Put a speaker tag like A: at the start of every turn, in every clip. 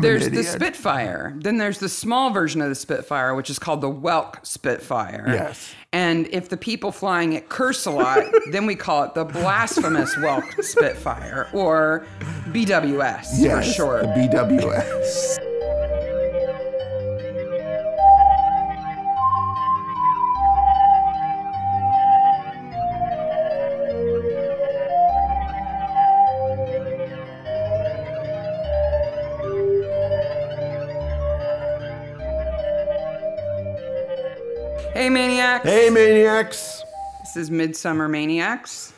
A: There's the
B: uh,
A: Spitfire. Then there's the small version of the Spitfire, which is called the Welk Spitfire.
B: Yes.
A: And if the people flying it curse a lot, then we call it the blasphemous Welk Spitfire or BWS
B: Yes,
A: for short.
B: The BWS.
A: hey, Maniacs.
B: hey, maniacs.
A: This is Midsummer Maniacs.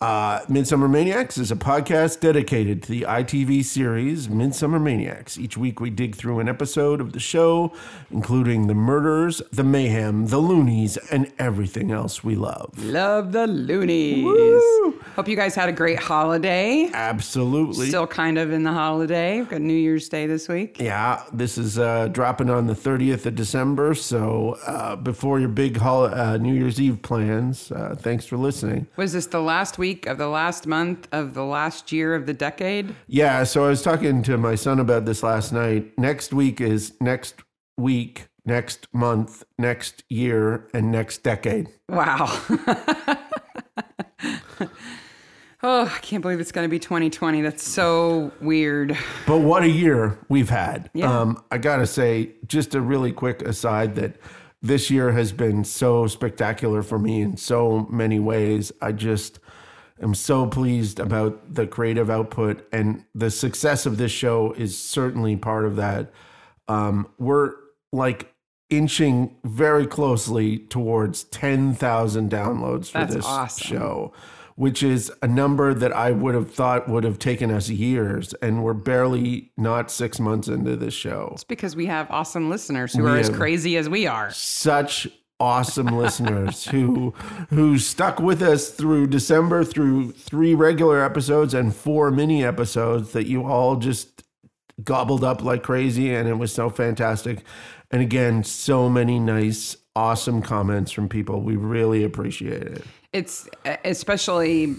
B: Uh, Midsummer Maniacs is a podcast dedicated to the ITV series Midsummer Maniacs. Each week we dig through an episode of the show, including the murders, the mayhem, the loonies, and everything else we love.
A: Love the loonies.
B: Woo!
A: Hope you guys had a great holiday.
B: Absolutely.
A: Still kind of in the holiday. We've got New Year's Day this week.
B: Yeah, this is uh, dropping on the 30th of December. So uh, before your big hol- uh, New Year's Eve plans, uh, thanks for listening.
A: Was this the last week of the last month of the last year of the decade?
B: Yeah, so I was talking to my son about this last night. Next week is next week, next month, next year, and next decade.
A: Wow. oh, I can't believe it's going to be 2020. That's so weird.
B: But what a year we've had.
A: Yeah.
B: Um, I got to say, just a really quick aside that this year has been so spectacular for me in so many ways. I just am so pleased about the creative output, and the success of this show is certainly part of that. Um, we're like inching very closely towards 10,000 downloads for
A: That's
B: this
A: awesome.
B: show, which is a number that I would have thought would have taken us years. And we're barely not six months into this show.
A: It's because we have awesome listeners who are as
B: have-
A: crazy as we are.
B: Such awesome listeners who who stuck with us through December through three regular episodes and four mini episodes that you all just gobbled up like crazy and it was so fantastic. And again, so many nice awesome comments from people. We really appreciate it.
A: It's e, especially,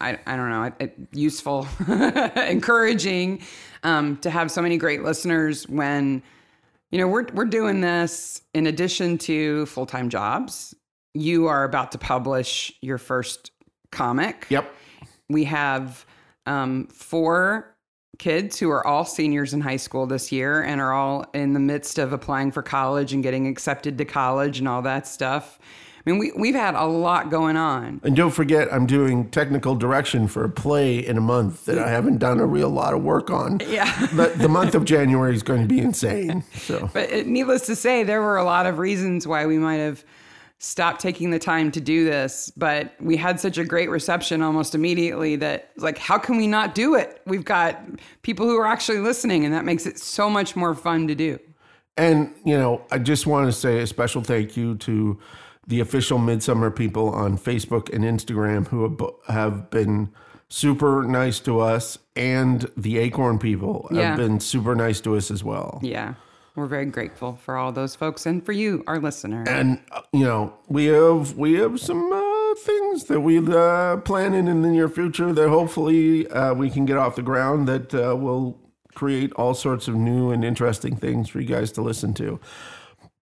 A: I, I don't know, it, it- useful, encouraging um, to have so many great listeners when, you know, we're, we're doing this in addition to full time jobs. You are about to publish your first comic.
B: Yep.
A: We have um, four kids who are all seniors in high school this year and are all in the midst of applying for college and getting accepted to college and all that stuff. I mean, we, we've had a lot going on.
B: And don't forget, I'm doing technical direction for a play in a month that I haven't done a real lot of work on.
A: Yeah.
B: But the month of January is going to be insane. So,
A: But it, needless to say, there were a lot of reasons why we might have stopped taking the time to do this. But we had such a great reception almost immediately that, it's like, how can we not do it? We've got people who are actually listening, and that makes it so much more fun to do.
B: and you know, I just want to say a special thank you to the official Midsummer people on Facebook and Instagram who have- have been super nice to us, and the Acorn people have
A: Yeah.
B: been super nice to us as well.
A: Yeah. We're very grateful for all those folks and for you, our listener.
B: and uh, you know we have we have some uh, things that we uh, planning in the near future that hopefully uh, we can get off the ground that uh, will create all sorts of new and interesting things for you guys to listen to.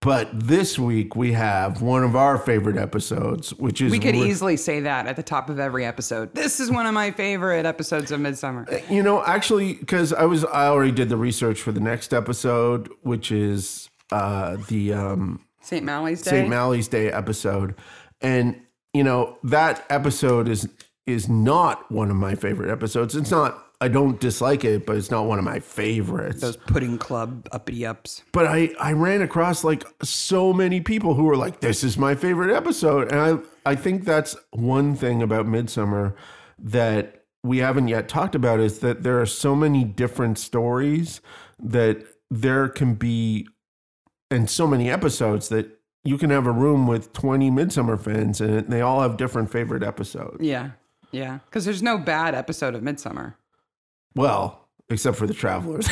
B: But this week we have one of our favorite episodes, which is
A: We could
B: re-
A: easily say that at the top of every episode. This is one of my favorite episodes of Midsummer.
B: you know actually because I was I already did the research for the next episode, which is uh, the um,
A: St. Malley's Day.
B: St. Malley's Day episode, and you know that episode is is not one of my favorite episodes. It's not. I don't dislike it, but it's not one of my favorites.
A: those pudding club uppity ups.
B: but I I ran across like so many people who were like, "This is my favorite episode," and I I think that's one thing about Midsummer that we haven't yet talked about is that there are so many different stories that there can be and so many episodes that you can have a room with 20 midsummer fans in it and they all have different favorite episodes
A: Yeah. Yeah. Because there's no bad episode of Midsummer,
B: well except for the travelers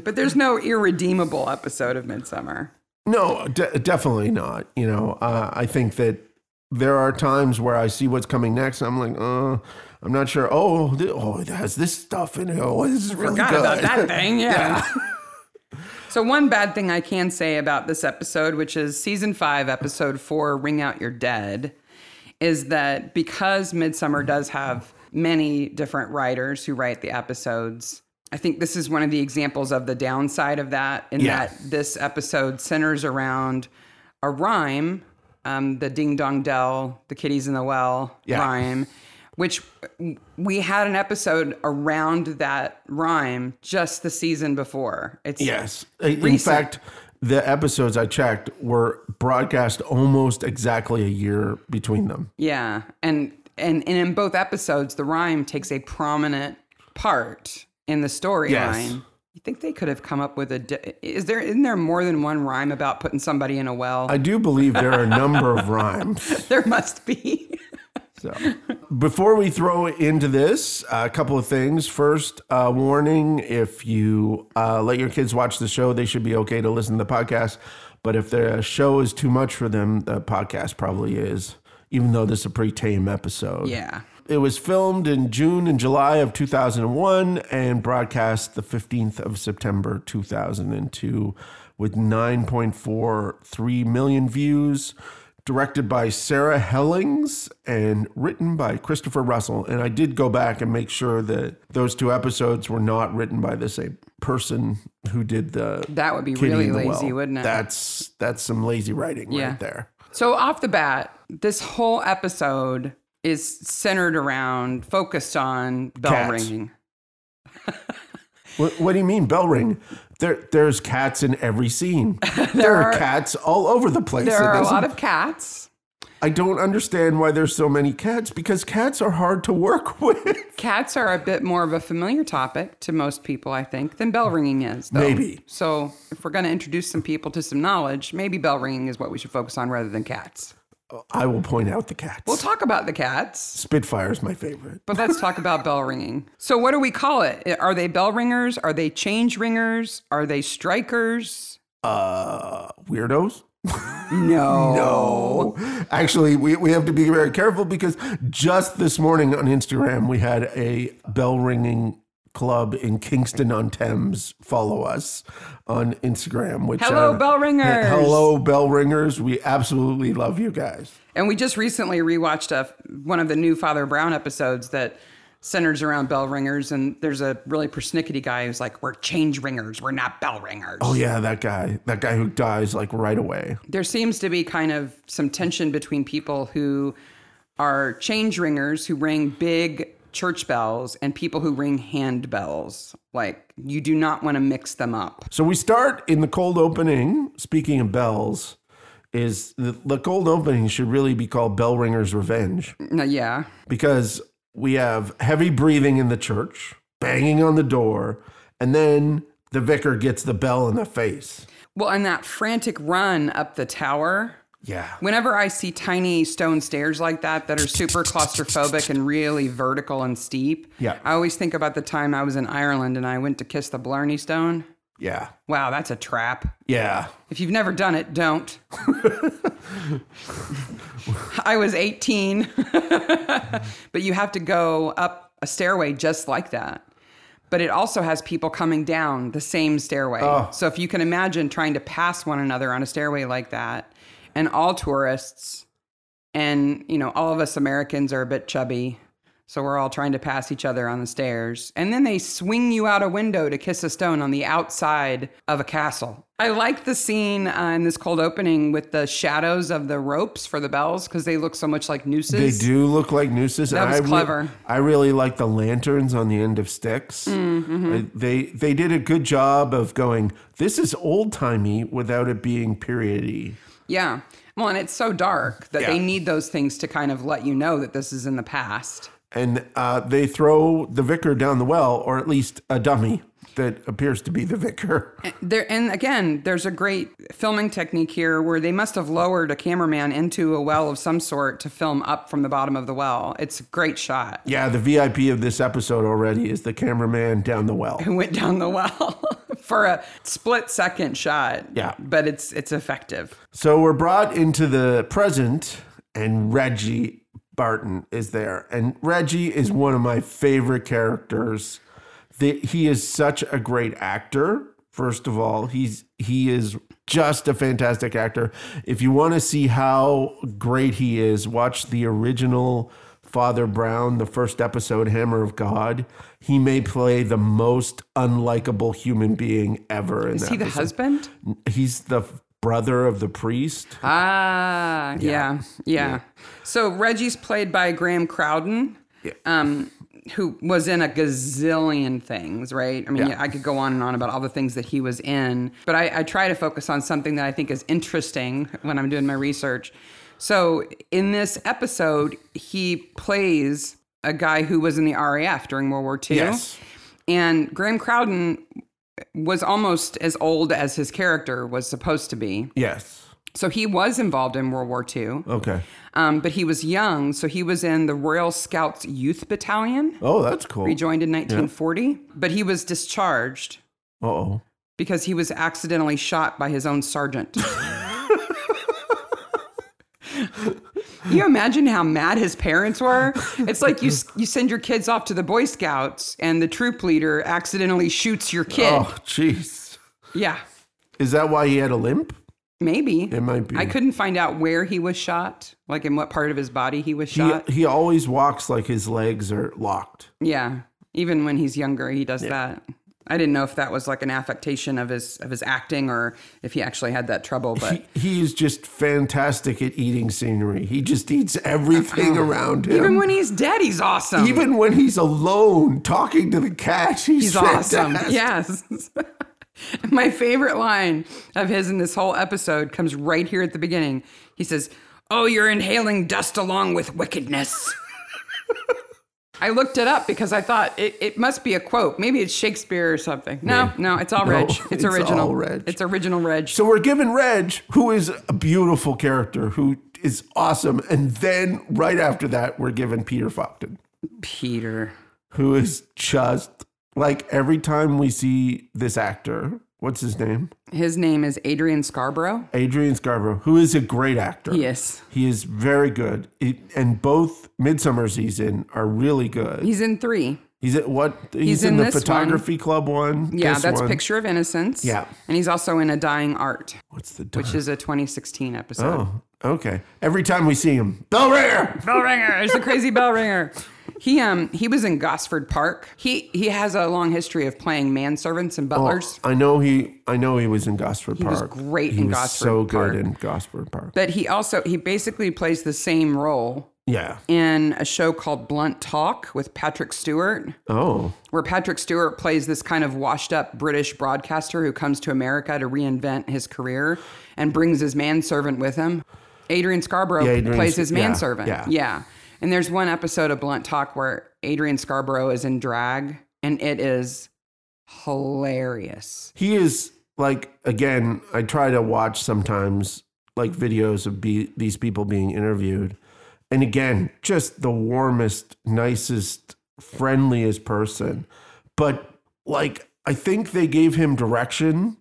A: but there's no irredeemable episode of Midsummer.
B: No, de- definitely not. You know, uh, I think that there are times where I see what's coming next. I'm like, uh, I'm not sure. Oh, th- oh, it has this stuff in it. Oh, this is really
A: Forgot
B: good.
A: about that thing. Yeah. so one bad thing I can say about this episode, which is season five, episode four, "Ring Out Your Dead," is that because Midsummer does have many different writers who write the episodes. I think this is one of the examples of the downside of that, in
B: Yeah.
A: that this episode centers around a rhyme, um, the ding dong dell, the kitties in the well
B: Yeah.
A: rhyme, which we had an episode around that rhyme just the season before. It's
B: Yes. In
A: Recent.
B: fact, the episodes I checked were broadcast almost exactly a year between them.
A: yeah, and and and in both episodes, the rhyme takes a prominent part in the storyline.
B: Yes.
A: You think they could have come up with a? Di- is there isn't there more than one rhyme about putting somebody in a well?
B: I do believe there are a number of rhymes.
A: there must be.
B: So, before we throw into this, a couple of things. First, uh, warning: if you uh, let your kids watch the show, they should be okay to listen to the podcast. But if the show is too much for them, the podcast probably is. Even though this is a pretty tame episode,
A: yeah.
B: It was filmed in June and July of 2001 and broadcast the 15th of September 2002 with 9.43 million views. Directed by Sarah Hellings and written by Christopher Russell. And I did go back and make sure that those two episodes were not written by the same person who did the.
A: That would be
B: Kitty
A: really
B: in the
A: lazy,
B: Well.
A: wouldn't it?
B: That's that's some lazy writing
A: Yeah.
B: right there.
A: So, off the bat, this whole episode is centered around, focused on bell
B: Cats.
A: ringing.
B: What, what do you mean bell ring? There, there's cats in every scene. there, are,
A: are-
B: cats all over the place.
A: There
B: It
A: are a
B: doesn't-
A: lot of cats.
B: I don't understand why there's so many cats because cats are hard to work with.
A: Cats are a bit more of a familiar topic to most people, I think, than bell ringing is. Though.
B: Maybe.
A: So, if we're going to introduce some people to some knowledge, maybe bell ringing is what we should focus on rather than cats.
B: I will point out the cats.
A: We'll talk about the cats,
B: Spitfire is my favorite.
A: but let's talk about bell ringing. So, what do we call it? Are they bell ringers? Are they change ringers? Are they strikers?
B: Uh, weirdos?
A: No.
B: No. Oh. Actually, we, we have to be very careful because just this morning on Instagram, we had a bell ringing club in Kingston on Thames follow us on Instagram. Which
A: Hello,
B: uh,
A: bell ringers.
B: Hello, bell ringers. We absolutely love you guys.
A: And we just recently rewatched a, one of the new Father Brown episodes that centers around bell ringers. And there's a really persnickety guy who's like, We're change ringers, we're not bell ringers.
B: Oh yeah, that guy. That guy who dies like right away.
A: There seems to be kind of some tension between people who are change ringers who ring big church bells and people who ring hand bells. Like, you do not want to mix them up.
B: So we start in the cold opening. Speaking of bells, is the, the cold opening should really be called Bell Ringer's Revenge
A: No, yeah.
B: because we have heavy breathing in the church, banging on the door, and then the vicar gets the bell in the face.
A: Well, and that frantic run up the tower.
B: Yeah.
A: Whenever I see tiny stone stairs like that that are super claustrophobic and really vertical and steep,
B: Yeah.
A: I always think about the time I was in Ireland and I went to kiss the Blarney Stone.
B: Yeah.
A: Wow, that's a trap.
B: Yeah.
A: If you've never done it, don't. I was 18, but you have to go up a stairway just like that. But it also has people coming down the same stairway.
B: Oh.
A: So if you can imagine trying to pass one another on a stairway like that, and all tourists, and you know, all of us Americans are a bit chubby. So we're all trying to pass each other on the stairs. And then they swing you out a window to kiss a stone on the outside of a castle. I like the scene uh, in this cold opening with the shadows of the ropes for the bells because they look so much like
B: They
A: nooses.
B: do look like nooses.
A: That
B: and
A: was
B: I re-
A: clever.
B: I really like the lanterns on the end of sticks.
A: Mm, mm-hmm.
B: Uh, They they did a good job of going. This is old timey without it being periody.
A: Yeah. Well, and it's so dark that they
B: Yeah.
A: need those things to kind of let you know that this is in the past.
B: And uh, they throw the vicar down the well, or at least a dummy that appears to be the vicar.
A: There and again, there's a great filming technique here where they must have lowered a cameraman into a well of some sort to film up from the bottom of the well. It's a great shot.
B: Yeah, the VIP of this episode already is the cameraman down the well.
A: Who went down the well for a split second shot.
B: Yeah.
A: But it's it's effective.
B: So we're brought into the present, and Reggie Barton is there. And Reggie is one of my favorite characters. The, he is such a great actor. First of all, he's he is just a fantastic actor. If you want to see how great he is, watch the original Father Brown, the first episode, Hammer of God. He may play the most unlikable human being ever. In
A: Is
B: that
A: he the
B: episode.
A: husband?
B: He's the brother of the priest.
A: Ah, yeah. Yeah, So Reggie's played by Graham Crowden,
B: Yeah.
A: um, who was in a gazillion things, right? I mean,
B: Yeah.
A: I could go on and on about all the things that he was in, but I, I try to focus on something that I think is interesting when I'm doing my research. So in this episode, he plays a guy who was in the RAF during World War II.
B: Yes.
A: And Graham Crowden was almost as old as his character was supposed to be.
B: Yes.
A: So he was involved in World War II,
B: Okay.
A: um, but he was young. So he was in the Royal Scouts Youth Battalion,
B: Oh, that's cool.
A: He joined in 1940, but he was discharged
B: Uh oh.
A: because he was accidentally shot by his own sergeant. you imagine how mad his parents were? It's like you s- you send your kids off to the Boy Scouts and the troop leader accidentally shoots your kid.
B: Oh, jeez.
A: Yeah,
B: Is that why he had a limp?
A: maybe.
B: It might be.
A: I couldn't find out where he was shot, like in what part of his body he was
B: He,
A: shot.
B: he always walks like his legs are locked.
A: Yeah. Even when he's younger, he does that. I didn't know if that was like an affectation of his of his acting or if he actually had that trouble, but
B: He, he is just fantastic at eating scenery. He just eats everything around him.
A: Uh-huh. even when he's dead, he's awesome.
B: Even when he's alone talking to the cat, he's,
A: he's awesome.
B: fantastic.
A: Yes. My favorite line of his in this whole episode comes right here at the beginning. He says, "Oh, you're inhaling dust along with wickedness." I looked it up because I thought it, it must be a quote. Maybe it's Shakespeare or something. No, no, it's all Reg. It's,
B: it's
A: original.
B: all Reg.
A: It's original Reg.
B: So we're given Reg, who is a beautiful character, who is awesome. And then right after that, we're given Peter Fopton.
A: Peter.
B: who is just like every time we see this actor, what's his name?
A: His name is Adrian Scarborough.
B: Adrian Scarborough, who is a great actor.
A: Yes.
B: He is very good. It, and both Midsummer's he's in are really good.
A: He's in three.
B: He's at what? He's,
A: He's
B: in,
A: in
B: the
A: this one.
B: photography club one.
A: Yeah,
B: this
A: that's
B: one.
A: Picture of Innocence.
B: Yeah.
A: And he's also in A Dying Art,
B: What's the
A: which is a 2016 episode.
B: Oh, okay. Every time we see him, Bell Ringer.
A: Bell ringer. He's a crazy bell ringer. He um he was in Gosford Park. He he has a long history of playing manservants and butlers.
B: I know he. I know he was in Gosford Park.
A: was great
B: He
A: in
B: was
A: Gosford
B: So good
A: Park.
B: in Gosford Park.
A: But he also he basically plays the same role
B: Yeah.
A: in a show called Blunt Talk with Patrick Stewart.
B: Oh.
A: where Patrick Stewart plays this kind of washed up British broadcaster who comes to America to reinvent his career and brings his manservant with him. Adrian Scarborough
B: Yeah, Adrian
A: plays
B: Sc-
A: his
B: yeah,
A: manservant.
B: yeah.
A: And there's one episode of Blunt Talk where Adrian Scarborough is in drag and it is hilarious.
B: he is like again i try to watch sometimes like videos of be- these people being interviewed and again just the warmest nicest friendliest person but like i think they gave him direction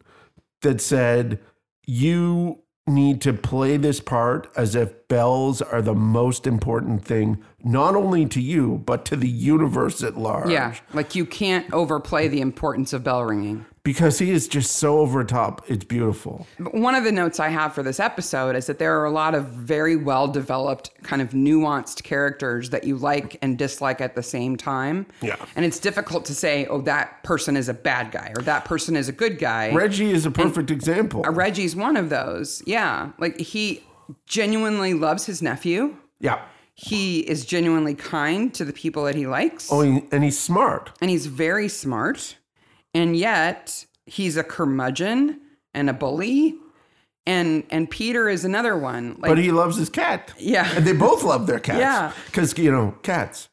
B: that said you need to play this part as if bells are the most important thing not only to you but to the universe at large
A: Yeah. Like you can't overplay the importance of bell ringing.
B: because he is just so over top it's beautiful
A: One of the notes I have for this episode is that there are a lot of very well developed, kind of nuanced characters that you like and dislike at the same time.
B: Yeah.
A: And it's difficult to say, oh, that person is a bad guy or that person is a good guy.
B: Reggie is a perfect example.
A: Reggie's one of those. Yeah. Like he genuinely loves his nephew,
B: yeah.
A: he is genuinely kind to the people that he likes,
B: Oh, and and he's smart.
A: and he's very smart. And yet he's a curmudgeon and a bully. And, and Peter is another one. Like,
B: But he loves his cat.
A: Yeah.
B: And they both love their cats.
A: Yeah.
B: Because, you know, cats.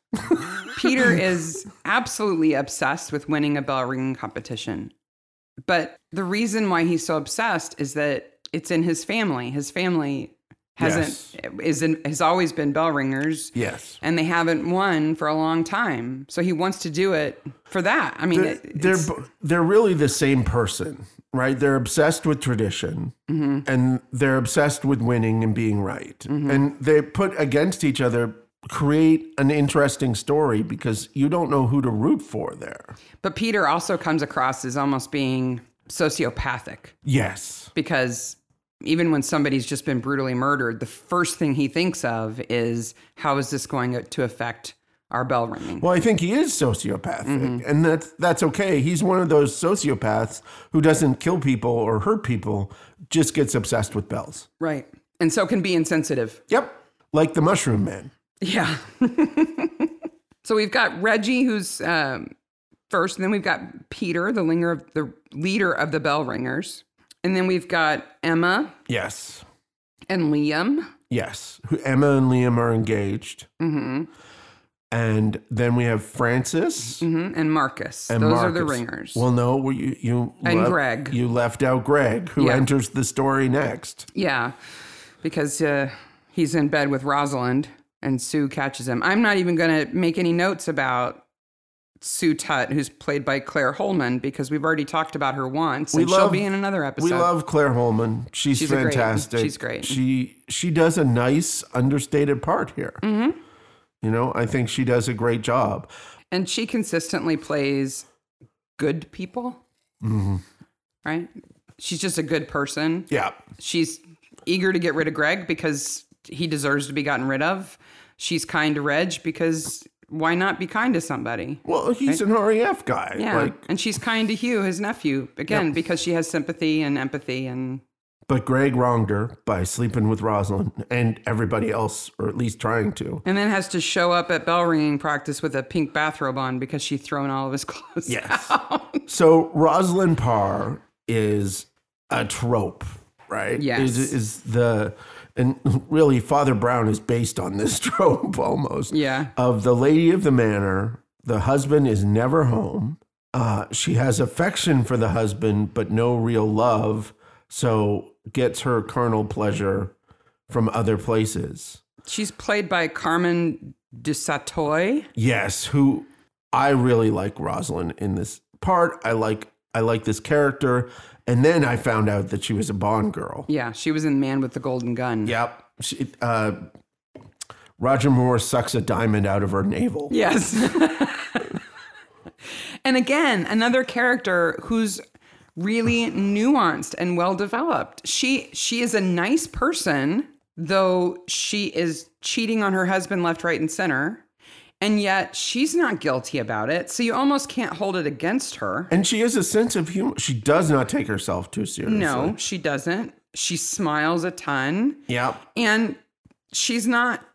A: Peter is absolutely obsessed with winning a bell ringing competition. But the reason why he's so obsessed is that it's in his family. His family hasn't is in, has always been bell ringers
B: Yes.
A: and they haven't won for a long time. So he wants to do it for that. I mean,
B: They're,
A: it-
B: they're
A: it's-
B: bo- they're really the same person, right? They're obsessed with tradition,
A: Mm-hmm.
B: and they're obsessed with winning and being right. And they put against each other create an interesting story because you don't know who to root for there.
A: but Peter also comes across as almost being sociopathic
B: Yes.
A: because even when somebody's just been brutally murdered, the first thing he thinks of is how is this going to affect our bell ringing?
B: Well, I think he is sociopathic,
A: Mm-hmm.
B: and that's that's okay. He's one of those sociopaths who doesn't kill people or hurt people, just gets obsessed with bells.
A: right. And so can be insensitive.
B: Yep, like the Mushroom Man.
A: Yeah. so we've got Reggie, who's um, first, and then we've got Peter, the linger of the leader of the bell ringers, and then we've got Emma
B: Yes,
A: and Liam.
B: yes. Who- Emma and Liam are engaged,
A: hmm
B: and then we have Francis.
A: hmm And Marcus.
B: And
A: Those are the
B: Marcus.
A: ringers.
B: Well, no, well, you you
A: And
B: lef-
A: Greg.
B: You left out Greg, who
A: Yeah.
B: enters the story next.
A: yeah, because uh, he's in bed with Rosalind and Sue catches him. I'm not even going to make any notes about Sue Tutt, who's played by Claire Holman, because we've already talked about her once.
B: We
A: and she'll
B: love-
A: be in another episode.
B: We love Claire Holman. She's,
A: She's a great-
B: fantastic.
A: she's great.
B: She she does a nice understated part here.
A: Mm-hmm.
B: You know, I think she does a great job.
A: And she consistently plays good people, mm-hmm. right? She's just a good person.
B: Yeah.
A: She's eager to get rid of Greg because he deserves to be gotten rid of. She's kind to Reg because why not be kind to somebody?
B: Well, he's an RAF guy.
A: Yeah.
B: Like,
A: and she's kind to Hugh, his nephew, again, because she has sympathy and empathy. And
B: but Greg wronged her by sleeping with Rosalind and everybody else, or at least trying to.
A: and then has to show up at bell ringing practice with a pink bathrobe on because she's thrown all of his clothes.
B: Yes.
A: out.
B: So Rosalind Parr is a trope, right?
A: Yes.
B: Is, is the and really Father Brown is based on this trope almost.
A: yeah.
B: Of the lady of the manor, the husband is never home. Uh, she has affection for the husband, but no real love. So gets her carnal pleasure from other places.
A: She's played by Carmen DeSatoy.
B: Yes, who I really like Rosalind in this part. I like I like this character, and then I found out that she was a Bond girl.
A: Yeah, she was in Man with the Golden Gun.
B: Yep. She, uh, Roger Moore sucks a diamond out of her navel.
A: Yes. and again, another character who's really nuanced and well developed. She she is a nice person, though she is cheating on her husband left, right, and center. And yet she's not guilty about it. So you almost can't hold it against her.
B: And she has a sense of humor. She does not take herself too seriously.
A: No, she doesn't. She smiles a ton.
B: Yep.
A: And she's not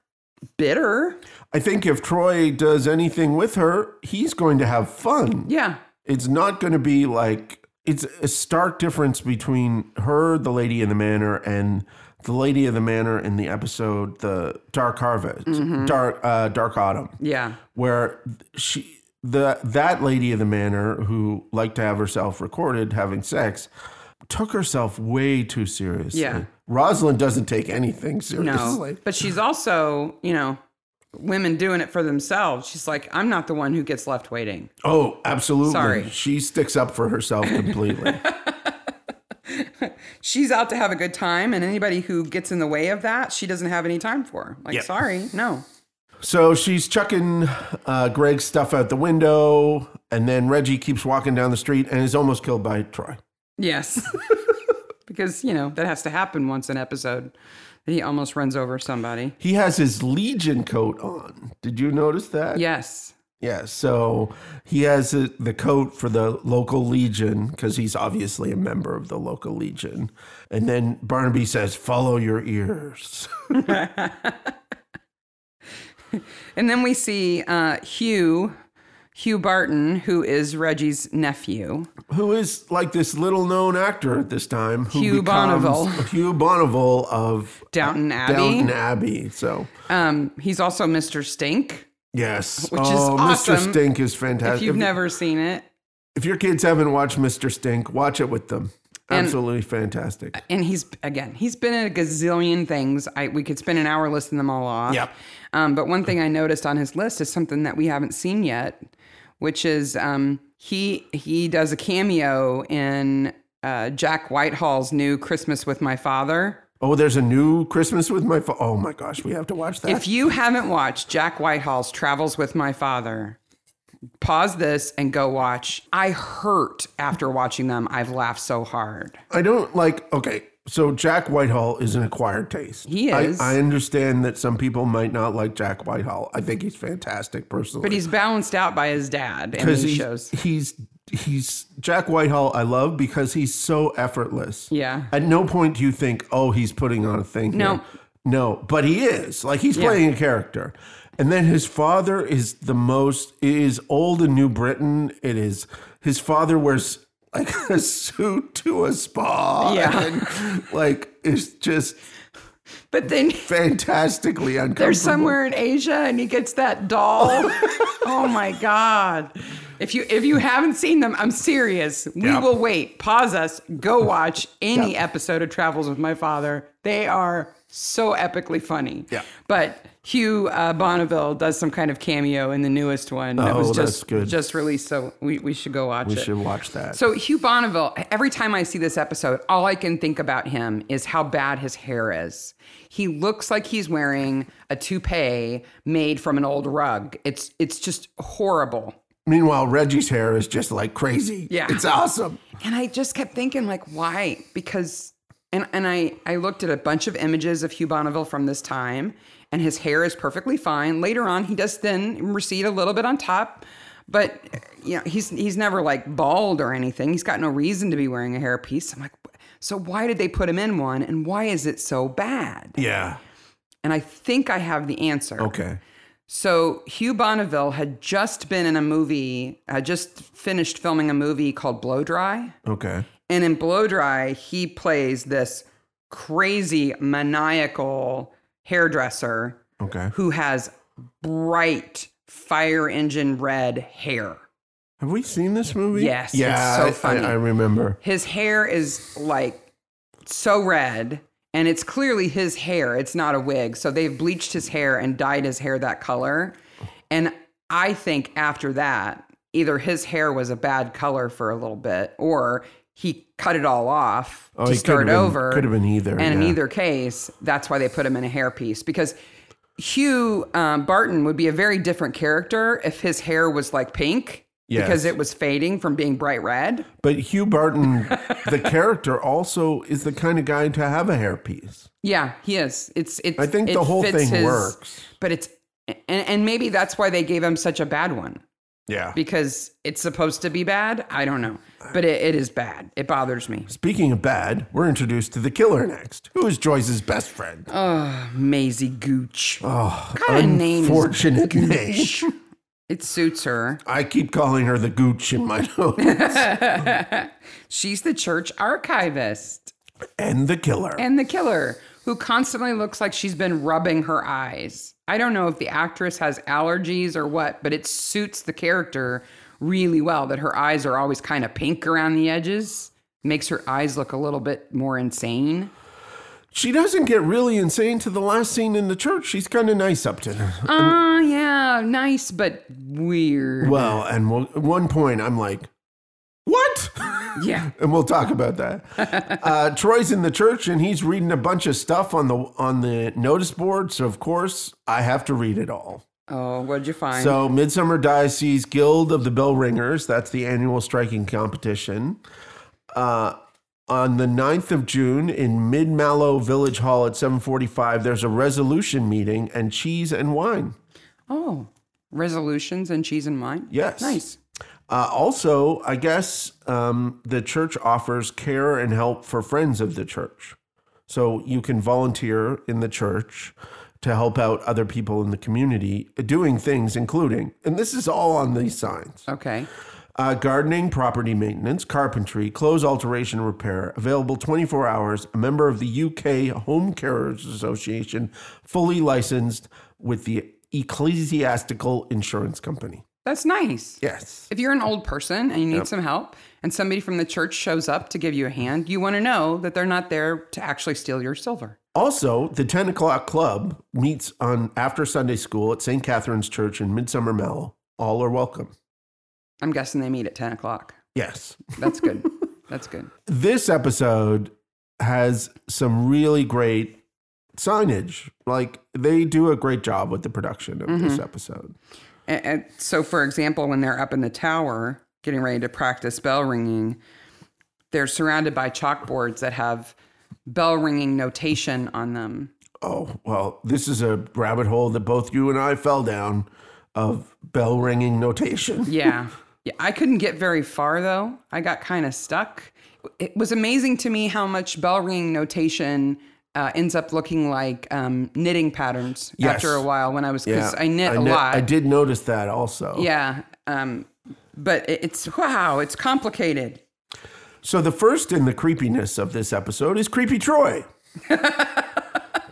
A: bitter.
B: I think if Troy does anything with her, he's going to have fun.
A: Yeah.
B: it's not going to be like it's a stark difference between her, the lady in the manor, and the lady of the manor in the episode, the Dark Harvest,
A: Mm-hmm.
B: Dark uh, Dark Autumn,
A: Yeah.
B: where she the that lady of the manor who liked to have herself recorded having sex took herself way too seriously.
A: Yeah.
B: Rosalind doesn't take anything
A: No.
B: seriously.
A: But she's also, you know, women doing it for themselves. She's like, I'm not the one who gets left waiting.
B: Oh, absolutely.
A: Sorry.
B: She sticks up for herself completely.
A: She's out to have a good time, and anybody who gets in the way of that, she doesn't have any time for. Like,
B: Yeah.
A: sorry, no.
B: So she's chucking uh, Greg's stuff out the window, and then Reggie keeps walking down the street and is almost killed by Troy.
A: Yes. because, you know, that has to happen once an episode. He almost runs over somebody.
B: He has his Legion coat on. Did you notice that?
A: Yes.
B: Yeah. So he has uh, the coat for the local Legion because he's obviously a member of the local Legion. And then Barnaby says, Follow your ears.
A: And then we see uh, Hugh, Hugh Barton, who is Reggie's nephew.
B: who is like this little known actor at this time. Who
A: Hugh
B: becomes
A: Bonneville.
B: Hugh Bonneville of
A: Downton Abbey.
B: Downton Abbey. So.
A: Um, he's also Mr. Stink.
B: Yes.
A: Which is
B: oh,
A: awesome.
B: Mr. Stink is
A: If
B: fantastic.
A: you've never seen it,
B: if your kids haven't watched Mr. Stink, watch it with them.
A: And- Uh,
B: Absolutely fantastic.
A: and he's again he's been in a gazillion things i we could spend an hour listing them all off
B: Yep.
A: um, but one thing i noticed on his list is something that we haven't seen yet which is um, he he does a cameo in uh, jack whitehall's new christmas with my father
B: Oh, there's a new Christmas with my. Fa- oh my gosh, we have to watch that.
A: if you haven't watched jack whitehall's travels with my father pause this and go watch i hurt after watching them i've laughed so hard
B: I don't like. Okay, so Jack Whitehall is an acquired taste.
A: He
B: I-
A: is.
B: I, understand that some people might not like Jack Whitehall. I think he's fantastic personally.
A: but he's balanced out by his dad in
B: because
A: these
B: he's,
A: shows
B: he's he's Jack Whitehall. I love because he's so effortless.
A: yeah
B: At no point do you think, oh, he's putting on a thing.
A: No.
B: here. no, but he is. Like he's playing a character. And then his father is the most it is old in New Britain. It is his father wears like a suit to a spa.
A: Yeah.
B: and, like it's just
A: but then
B: fantastically uncomfortable.
A: They're somewhere in Asia and he gets that doll. oh my god. If you if you haven't seen them, I'm serious. We
B: Yeah.
A: will wait. Pause us. Go watch any episode of Travels with My Father. They are so epically funny.
B: Yeah.
A: But Hugh uh, Bonneville does some kind of cameo in the newest one that
B: Oh,
A: was just
B: that's good.
A: just released, so we, we should go watch
B: We
A: it.
B: should watch that.
A: So Hugh Bonneville, every time I see this episode, all I can think about him is how bad his hair is. He looks like he's wearing a toupee made from an old rug. It's it's just horrible.
B: Meanwhile, Reggie's hair is just like crazy.
A: Yeah.
B: It's awesome.
A: And I just kept thinking like why? Because and and I I looked at a bunch of images of Hugh Bonneville from this time and his hair is perfectly fine. Later on he does thin recede a little bit on top, but you know, he's he's never like bald or anything. He's got no reason to be wearing a hairpiece. I'm like so why did they put him in one and why is it so bad?
B: Yeah.
A: And I think I have the answer.
B: Okay.
A: So Hugh Bonneville had just been in a movie, uh, just finished filming a movie called Blow Dry.
B: Okay.
A: And in Blow Dry, he plays this crazy maniacal hairdresser
B: Okay.
A: who has bright fire engine red hair.
B: Have we seen this movie?
A: Yes, it's
B: Yeah.
A: so
B: I- I-
A: funny.
B: I remember.
A: His hair is like so red, and it's clearly his hair. It's not a wig. So they've bleached his hair and dyed his hair that color. And I think after that, either his hair was a bad color for a little bit or he cut it all off to
B: Oh, he
A: start
B: could've been-
A: over.
B: Could have been either.
A: And in
B: yeah.
A: either case, that's why they put him in a hairpiece because Hugh um, Barton would be a very different character if his hair was like pink because
B: Yes.
A: it was fading from being bright red.
B: But Hugh Barton, the character, also is the kind of guy to have a hairpiece.
A: Yeah, he is. It's it's.
B: I think
A: it
B: the whole
A: fits
B: thing
A: his-
B: works.
A: but it's and and maybe that's why they gave him such a bad one
B: Yeah.
A: because it's supposed to be bad. I don't know, but it, it is bad. It bothers me.
B: Speaking of bad, we're introduced to the killer next, who is Joyce's best friend.
A: Oh, Maisie Gooch.
B: Oh,
A: kinda name is
B: unfortunate name.
A: It suits her.
B: I keep calling her the Gooch in my notes.
A: She's the church archivist
B: and the killer.
A: and the killer who constantly looks like she's been rubbing her eyes. I don't know if the actress has allergies or what, but it suits the character really well that her eyes are always kind of pink around the edges, makes her eyes look a little bit more insane.
B: she doesn't get really insane to the last scene in the church. She's kind of nice up to them.
A: Ah, yeah, nice but weird.
B: Well, and we'll, at one point, I'm like, what?
A: Yeah.
B: and we'll talk about that. uh, Troy's in the church and he's reading a bunch of stuff on the on the notice board. So of course I have to read it all.
A: Oh, what'd you find?
B: So Midsummer Diocese Guild of the Bell Ringers. That's the annual striking competition. Uh, on the 9th of June in Mid Mallow Village Hall at 7:45, there's a resolution meeting and cheese and wine.
A: oh, resolutions and cheese and wine.
B: Yes.
A: Nice.
B: Uh, also, I guess um, the church offers care and help for friends of the church. So you can volunteer in the church to help out other people in the community doing things, including, and this is all on these signs
A: Okay.
B: uh, gardening, property maintenance, carpentry, clothes alteration, and repair, available 24 hours, a member of the UK Home Carers Association, fully licensed with the Ecclesiastical Insurance Company.
A: That's nice.
B: Yes.
A: If you're an old person and you need
B: Yep.
A: some help and somebody from the church shows up to give you a hand, you want to know that they're not there to actually steal your silver.
B: Also, the 10 o'clock club meets on after Sunday school at St. Catherine's Church in Midsummer Mall. All are welcome.
A: I'm guessing they meet at 10 o'clock.
B: Yes.
A: That's good. That's good.
B: This episode has some really great signage. Like, they do a great job with the production of this
A: Mm-hmm.
B: episode.
A: And, and so, for example, when they're up in the tower getting ready to practice bell ringing, they're surrounded by chalkboards that have bell ringing notation on them.
B: Oh, well, this is a rabbit hole that both you and I fell down of bell ringing notation.
A: Yeah. yeah. I couldn't get very far though. I got kind of stuck. It was amazing to me how much bell ringing notation uh, ends up looking like um, knitting patterns
B: Yes.
A: after a while when I was, because I knit
B: a
A: a lot.
B: I did notice that also.
A: Yeah. Um, but it- it's, wow, it's complicated.
B: So the first in the creepiness of this episode is creepy Troy.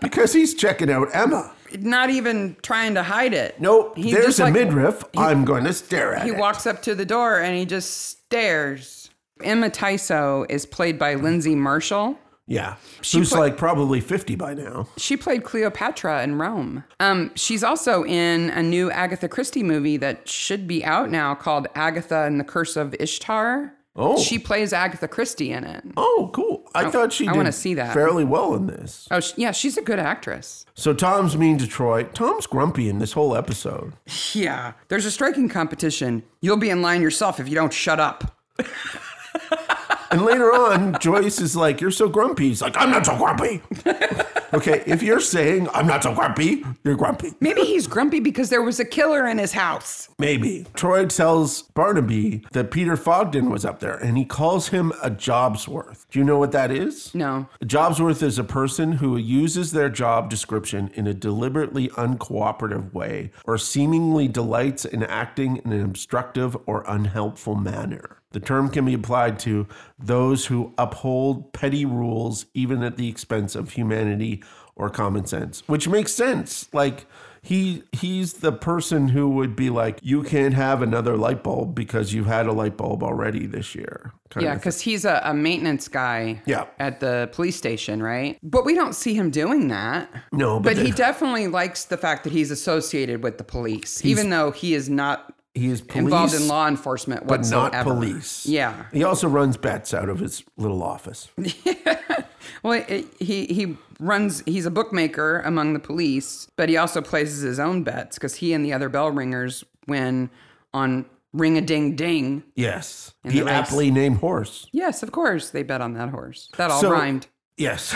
B: because he's checking out Emma.
A: Not even trying to hide it.
B: Nope,
A: He
B: there's
A: just,
B: a
A: like,
B: midriff. I'm going to stare at
A: He
B: it.
A: walks up to the door and he just stares. Emma Tyso is played by Lindsay Marshall.
B: yeah. Who's
A: pla-
B: like probably 50 by now.
A: She played Cleopatra in Rome. Um, she's also in a new Agatha Christie movie that should be out now called Agatha and the Curse of Ishtar.
B: Oh.
A: She plays Agatha Christie in it.
B: Oh, cool. I, thought she
A: I
B: did
A: wanna see that.
B: fairly well in this.
A: Oh, sh yeah, she's a good actress.
B: So Tom's mean to Troy. Tom's grumpy in this whole episode.
A: Yeah. There's a striking competition. You'll be in line yourself if you don't shut up.
B: And later on, Joyce is like, You're so grumpy. He's like, I'm not so grumpy. okay, if you're saying, I'm not so grumpy, you're grumpy.
A: Maybe he's grumpy because there was a killer in his house.
B: Maybe. Troy tells Barnaby that Peter Fogden was up there and he calls him a Jobsworth. Do you know what that is?
A: No.
B: A Jobsworth is a person who uses their job description in a deliberately uncooperative way or seemingly delights in acting in an obstructive or unhelpful manner. The term can be applied to those who uphold petty rules even at the expense of humanity or common sense, which makes sense. Like he he's the person who would be like you can't have another light bulb because you've had a light bulb already this year. kind
A: Yeah,
B: of
A: because he's a, a maintenance guy
B: Yeah.
A: at the police station, right? But we don't see him doing that.
B: thing. No, but,
A: But he
B: he
A: definitely likes the fact that he's associated with the police, even though he is not
B: he is police
A: involved in law enforcement
B: but
A: whatsoever.
B: not police.
A: Yeah.
B: He also runs bets out of his little office.
A: Well, it, he he runs. He's a bookmaker among the police, but he also places his own bets because he and the other bell ringers win on ring a ding ding.
B: Yes.
A: In
B: the
A: the race.
B: aptly named horse.
A: Yes, of course they bet on that horse. That all
B: So-
A: rhymed.
B: Yes.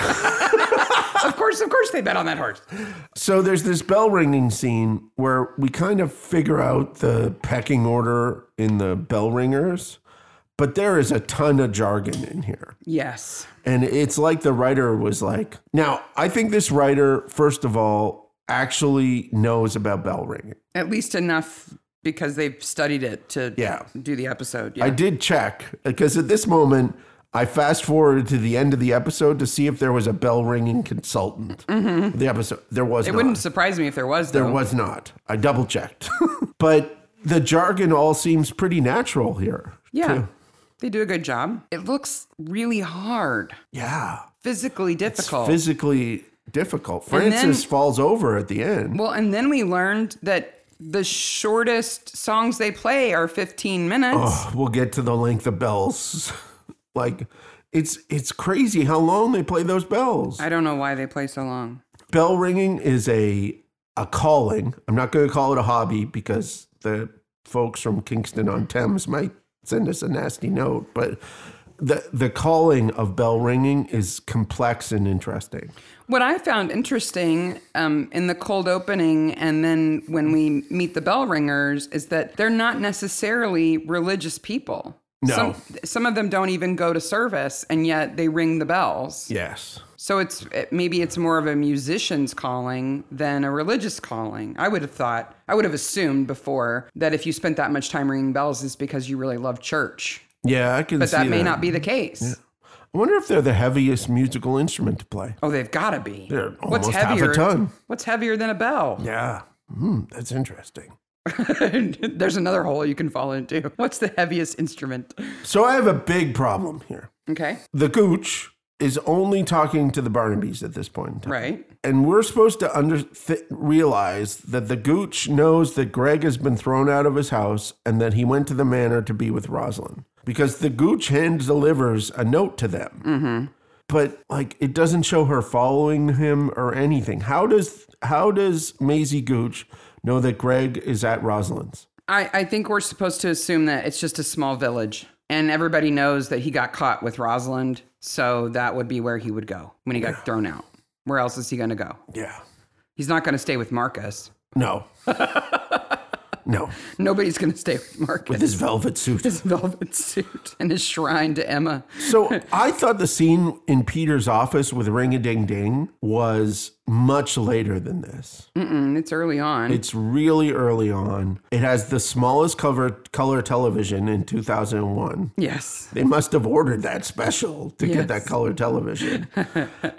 A: Of course, of course they bet on that horse.
B: so there's this bell ringing scene where we kind of figure out the pecking order in the bell ringers, but there is a ton of jargon in here.
A: Yes.
B: And it's like the writer was like, now, I think this writer, first of all, actually knows about bell ringing.
A: At least enough because they've studied it to
B: Yeah.
A: do the episode. Yeah.
B: I did check because at this moment, I fast forwarded to the end of the episode to see if there was a bell ringing consultant. The episode there was
A: Mm-hmm. it
B: not.
A: wouldn't surprise me if there was.
B: there
A: though.
B: was not. I double checked, but the jargon all seems pretty natural here.
A: Yeah.
B: too.
A: They do a good job. It looks really hard,
B: yeah,
A: physically difficult.
B: physically difficult.
A: And
B: Francis
A: then-
B: falls over at the end.
A: well, and then we learned that the shortest songs they play are 15 minutes.
B: Oh, we'll get to the length of bells. like it's it's crazy how long they play those bells.
A: I don't know why they play so long.
B: bell ringing is a a calling. I'm not going to call it a hobby because the folks from Kingston on Thames might send us a nasty note, but the the calling of bell ringing is complex and interesting.
A: What I found interesting um, in the cold opening and then when we meet the bell ringers is that they're not necessarily religious people.
B: No.
A: Some, some of them don't even go to service and yet they ring the bells.
B: Yes.
A: So it's it- maybe it's more of a musician's calling than a religious calling. I would have thought, I would have assumed before that if you spent that much time ringing bells is because you really love church.
B: Yeah, I can
A: But that may not be the case.
B: I wonder if they're the heaviest musical instrument to play.
A: Oh, they've got to be.
B: They're almost half a ton.
A: What's heavier than a bell?
B: Yeah. Hmm, that's interesting.
A: There's another hole you can fall into. What's the heaviest instrument?
B: So I have a big problem here.
A: Okay.
B: The gooch is only talking to the Barnabys at this point in time.
A: Right.
B: And we're supposed to under th- realize that the gooch knows that Greg has been thrown out of his house and that he went to the manor to be with Rosalind because the gooch hand delivers a note to them. But like it doesn't show her following him or anything. How does how does Maisie Gooch know that Greg is at Rosalind's?
A: I, I think we're supposed to assume that it's just a small village and everybody knows that he got caught with Rosalind. So that would be where he would go when he got thrown out. Where else is he going to go?
B: Yeah.
A: He's not going to stay with Marcus.
B: No. no.
A: Nobody's going to stay with Marcus.
B: With his velvet suit.
A: his velvet suit and his shrine to Emma.
B: So I thought the scene in Peter's office with Ring a Ding Ding was much later than this.
A: Mm-mm, Mm, it's early on.
B: It's really early on. It has the smallest cover color television in 2001.
A: yes.
B: They must have ordered that special to get that color television.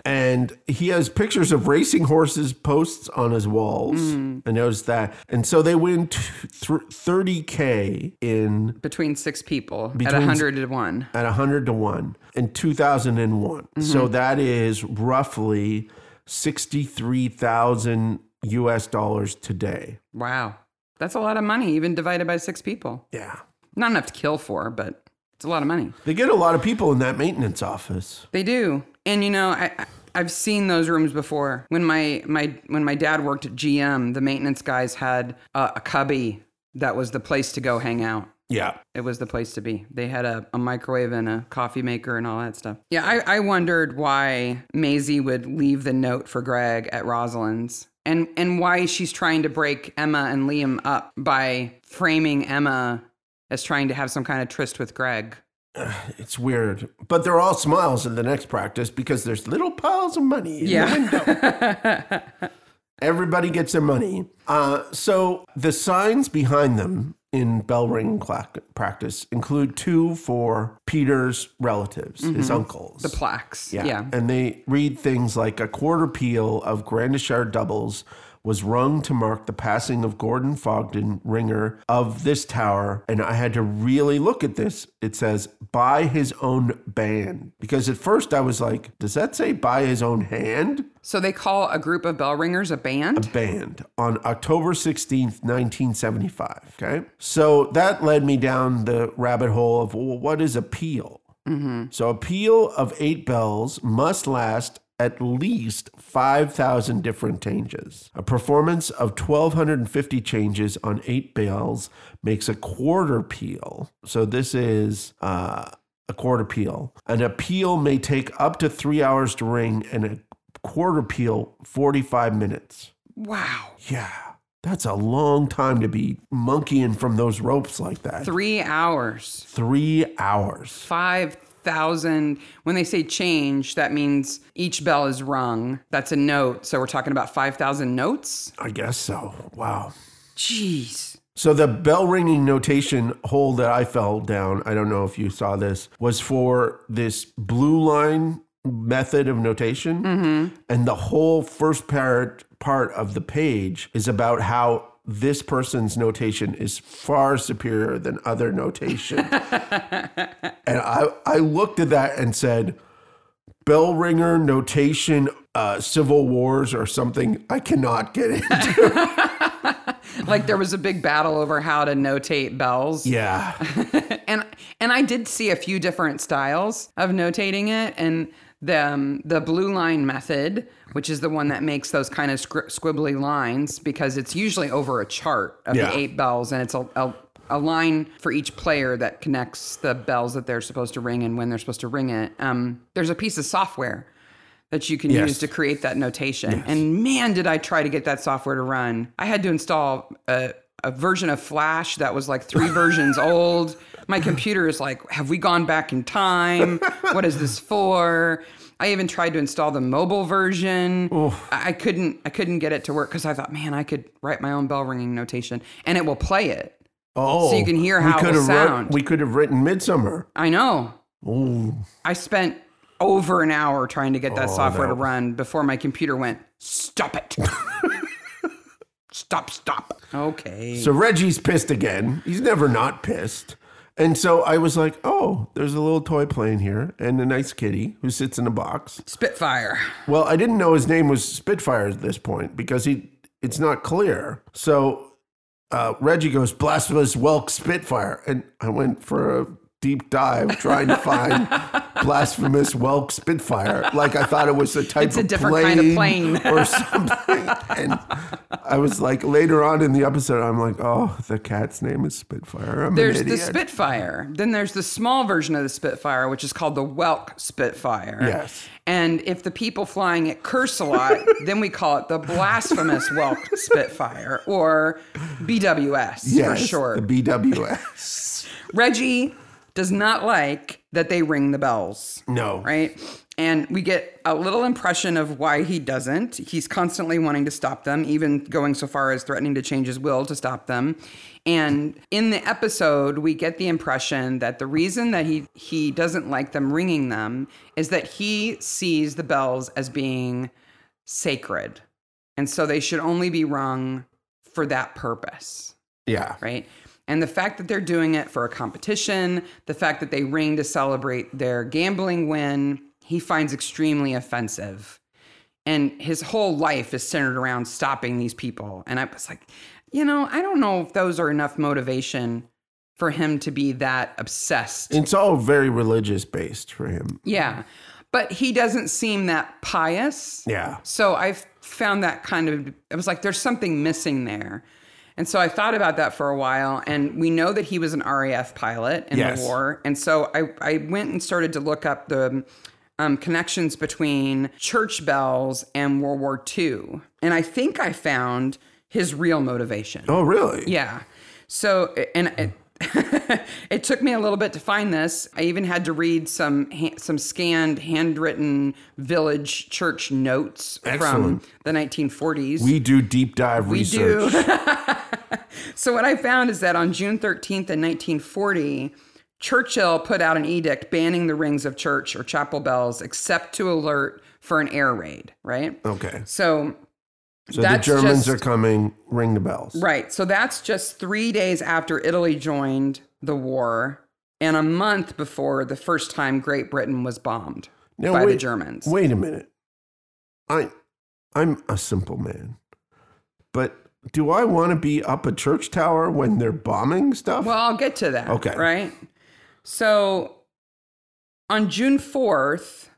B: and he has pictures of racing horses posts on his walls. I noticed that. And so they win t- th- 30K in
A: Between six people at
B: Between-
A: 100 to 1.
B: at 100 to 1 in 2001. So that is roughly 63,000 US dollars today.
A: Wow. That's a lot of money, even divided by six people.
B: Yeah.
A: Not enough to kill for, but it's a lot of money.
B: They get a lot of people in that maintenance office.
A: They do. And you know, I I- I've seen those rooms before. When my my when my dad worked at GM, the maintenance guys had a, a cubby that was the place to go hang out.
B: Yeah.
A: It was the place to be. They had a, a microwave and a coffee maker and all that stuff. Yeah, I, I wondered why Maisie would leave the note for Greg at Rosalind's and, and why she's trying to break Emma and Liam up by framing Emma as trying to have some kind of tryst with Greg.
B: It's weird. But they're all smiles in the next practice because there's little piles of money. in the
A: Yeah.
B: Everybody gets their money. Uh, so the signs behind them in bell ringing cla- practice include two for Peter's relatives, his uncles.
A: the plaques. Yeah.
B: And they read things like a quarter peal of Grandishard doubles was rung to mark the passing of Gordon Fogden, ringer of this tower. And I had to really look at this. It says by his own band. Because at first I was like, does that say by his own hand?
A: So they call a group of bell ringers a band?
B: Band on October 16th, 1975. Okay. So that led me down the rabbit hole of well, what is a peal? So a peal of eight bells must last at least 5,000 different changes. A performance of 1,250 changes on eight bells makes a quarter peal. So this is. Uh, a quarter peal. An appeal may take up to three hours to ring, and a quarter peal, 45 minutes.
A: Wow.
B: Yeah, that's a long time to be monkeying from those ropes like that.
A: Three hours.
B: Three hours.
A: 5,000. When they say change, that means each bell is rung. That's a note. So we're talking about 5,000 notes?
B: I guess so. Wow.
A: Jeez.
B: So the bell ringing notation hole that I fell down, I don't know if you saw this, was for this blue line method of notation. And the whole first part part of the page is about how this person's notation is far superior than other notation. and I, I looked at that and said, bell ringer notation uh, civil wars or something. I cannot get it.
A: Like there was a big battle over how to notate bells.
B: yeah.
A: And and I did see a few different styles of notating it and the um, the blue line method, which is the one that makes those kind of scrib- squibbly lines because it's usually over a chart of
B: Yeah.
A: the eight bells and it's a, a a line for each player that connects the bells that they're supposed to ring and when they're supposed to ring it. Um, there's a piece of software that you can
B: Yes.
A: use to create that notation. And man, did I try to get that software to run. I had to install a, a version of Flash that was like three versions old. My computer is like, have we gone back in time? What is this for? I even tried to install the mobile version. I I couldn't. I couldn't get it to work because I thought, man, I could write my own bell ringing notation, and it will play it.
B: Oh,
A: you can hear how it
B: could
A: will
B: have wrote-
A: sound.
B: we could have written Midsummer.
A: I know. I spent over an hour
B: Oh,
A: trying to get that software to run before my computer went, stop it.
B: Stop, stop.
A: Okay.
B: So Reggie's pissed again. He's never not pissed. And so I was like, oh, there's a little toy plane here and a nice kitty who sits in a box.
A: Spitfire.
B: Well, I didn't know his name was Spitfire at this point because he it's not clear. So uh, Reggie goes, Blasphemous Welk Spitfire. And I went for a deep dive trying to find Blasphemous Welk Spitfire. Like I thought it was a type
A: It's a different kind of plane.
B: or something. And I was like, later on in the episode, I'm like, oh, the cat's name is Spitfire. I'm
A: There's
B: an
A: the
B: idiot.
A: Spitfire. Then there's the small version of the Spitfire, which is called the Welk Spitfire.
B: Yes.
A: And if the people flying it curse a lot, then we call it the Blasphemous Welk Spitfire or BWS
B: yes,
A: for short.
B: The BWS.
A: Reggie does not like that they ring the bells.
B: No.
A: Right? And we get a little impression of why he doesn't. He's constantly wanting to stop them, even going so far as threatening to change his will to stop them. And in the episode, we get the impression that the reason that he he doesn't like them ringing them is that he sees the bells as being sacred. And so they should only be rung for that purpose
B: Yeah.
A: right? And the fact that they're doing it for a competition, the fact that they ring to celebrate their gambling win, he finds extremely offensive. And his whole life is centered around stopping these people. And I was like, you know, I don't know if those are enough motivation for him to be that obsessed.
B: It's all very religious based for him.
A: Yeah. But he doesn't seem that pious.
B: Yeah.
A: So I found that kind of, I was like, there's something missing there. And so I thought about that for a while. And we know that he was an RAF pilot in
B: Yes.
A: the war. And so I, I went and started to look up the um, connections between church bells and World War II. And I think I found his real motivation.
B: Oh, really?
A: Yeah. So, and it, it took me a little bit to find this. I even had to read some ha- some scanned handwritten village church notes
B: Excellent.
A: from the 1940s.
B: We do deep dive research.
A: so what I found is that on June 13th in 1940, Churchill put out an edict banning the rings of church or chapel bells except to alert for an air raid, right?
B: Okay.
A: So
B: So
A: That's
B: the Germans
A: just-
B: are coming, ring the bells.
A: Right. So that's just three days after Italy joined the war and a month before the first time Great Britain was bombed
B: Now,
A: by the
B: wait-
A: Germans.
B: Wait a minute. I I'm a simple man. But do I want to be up a church tower when they're bombing stuff?
A: Well, I'll get to that.
B: Okay.
A: Right. So on June 4th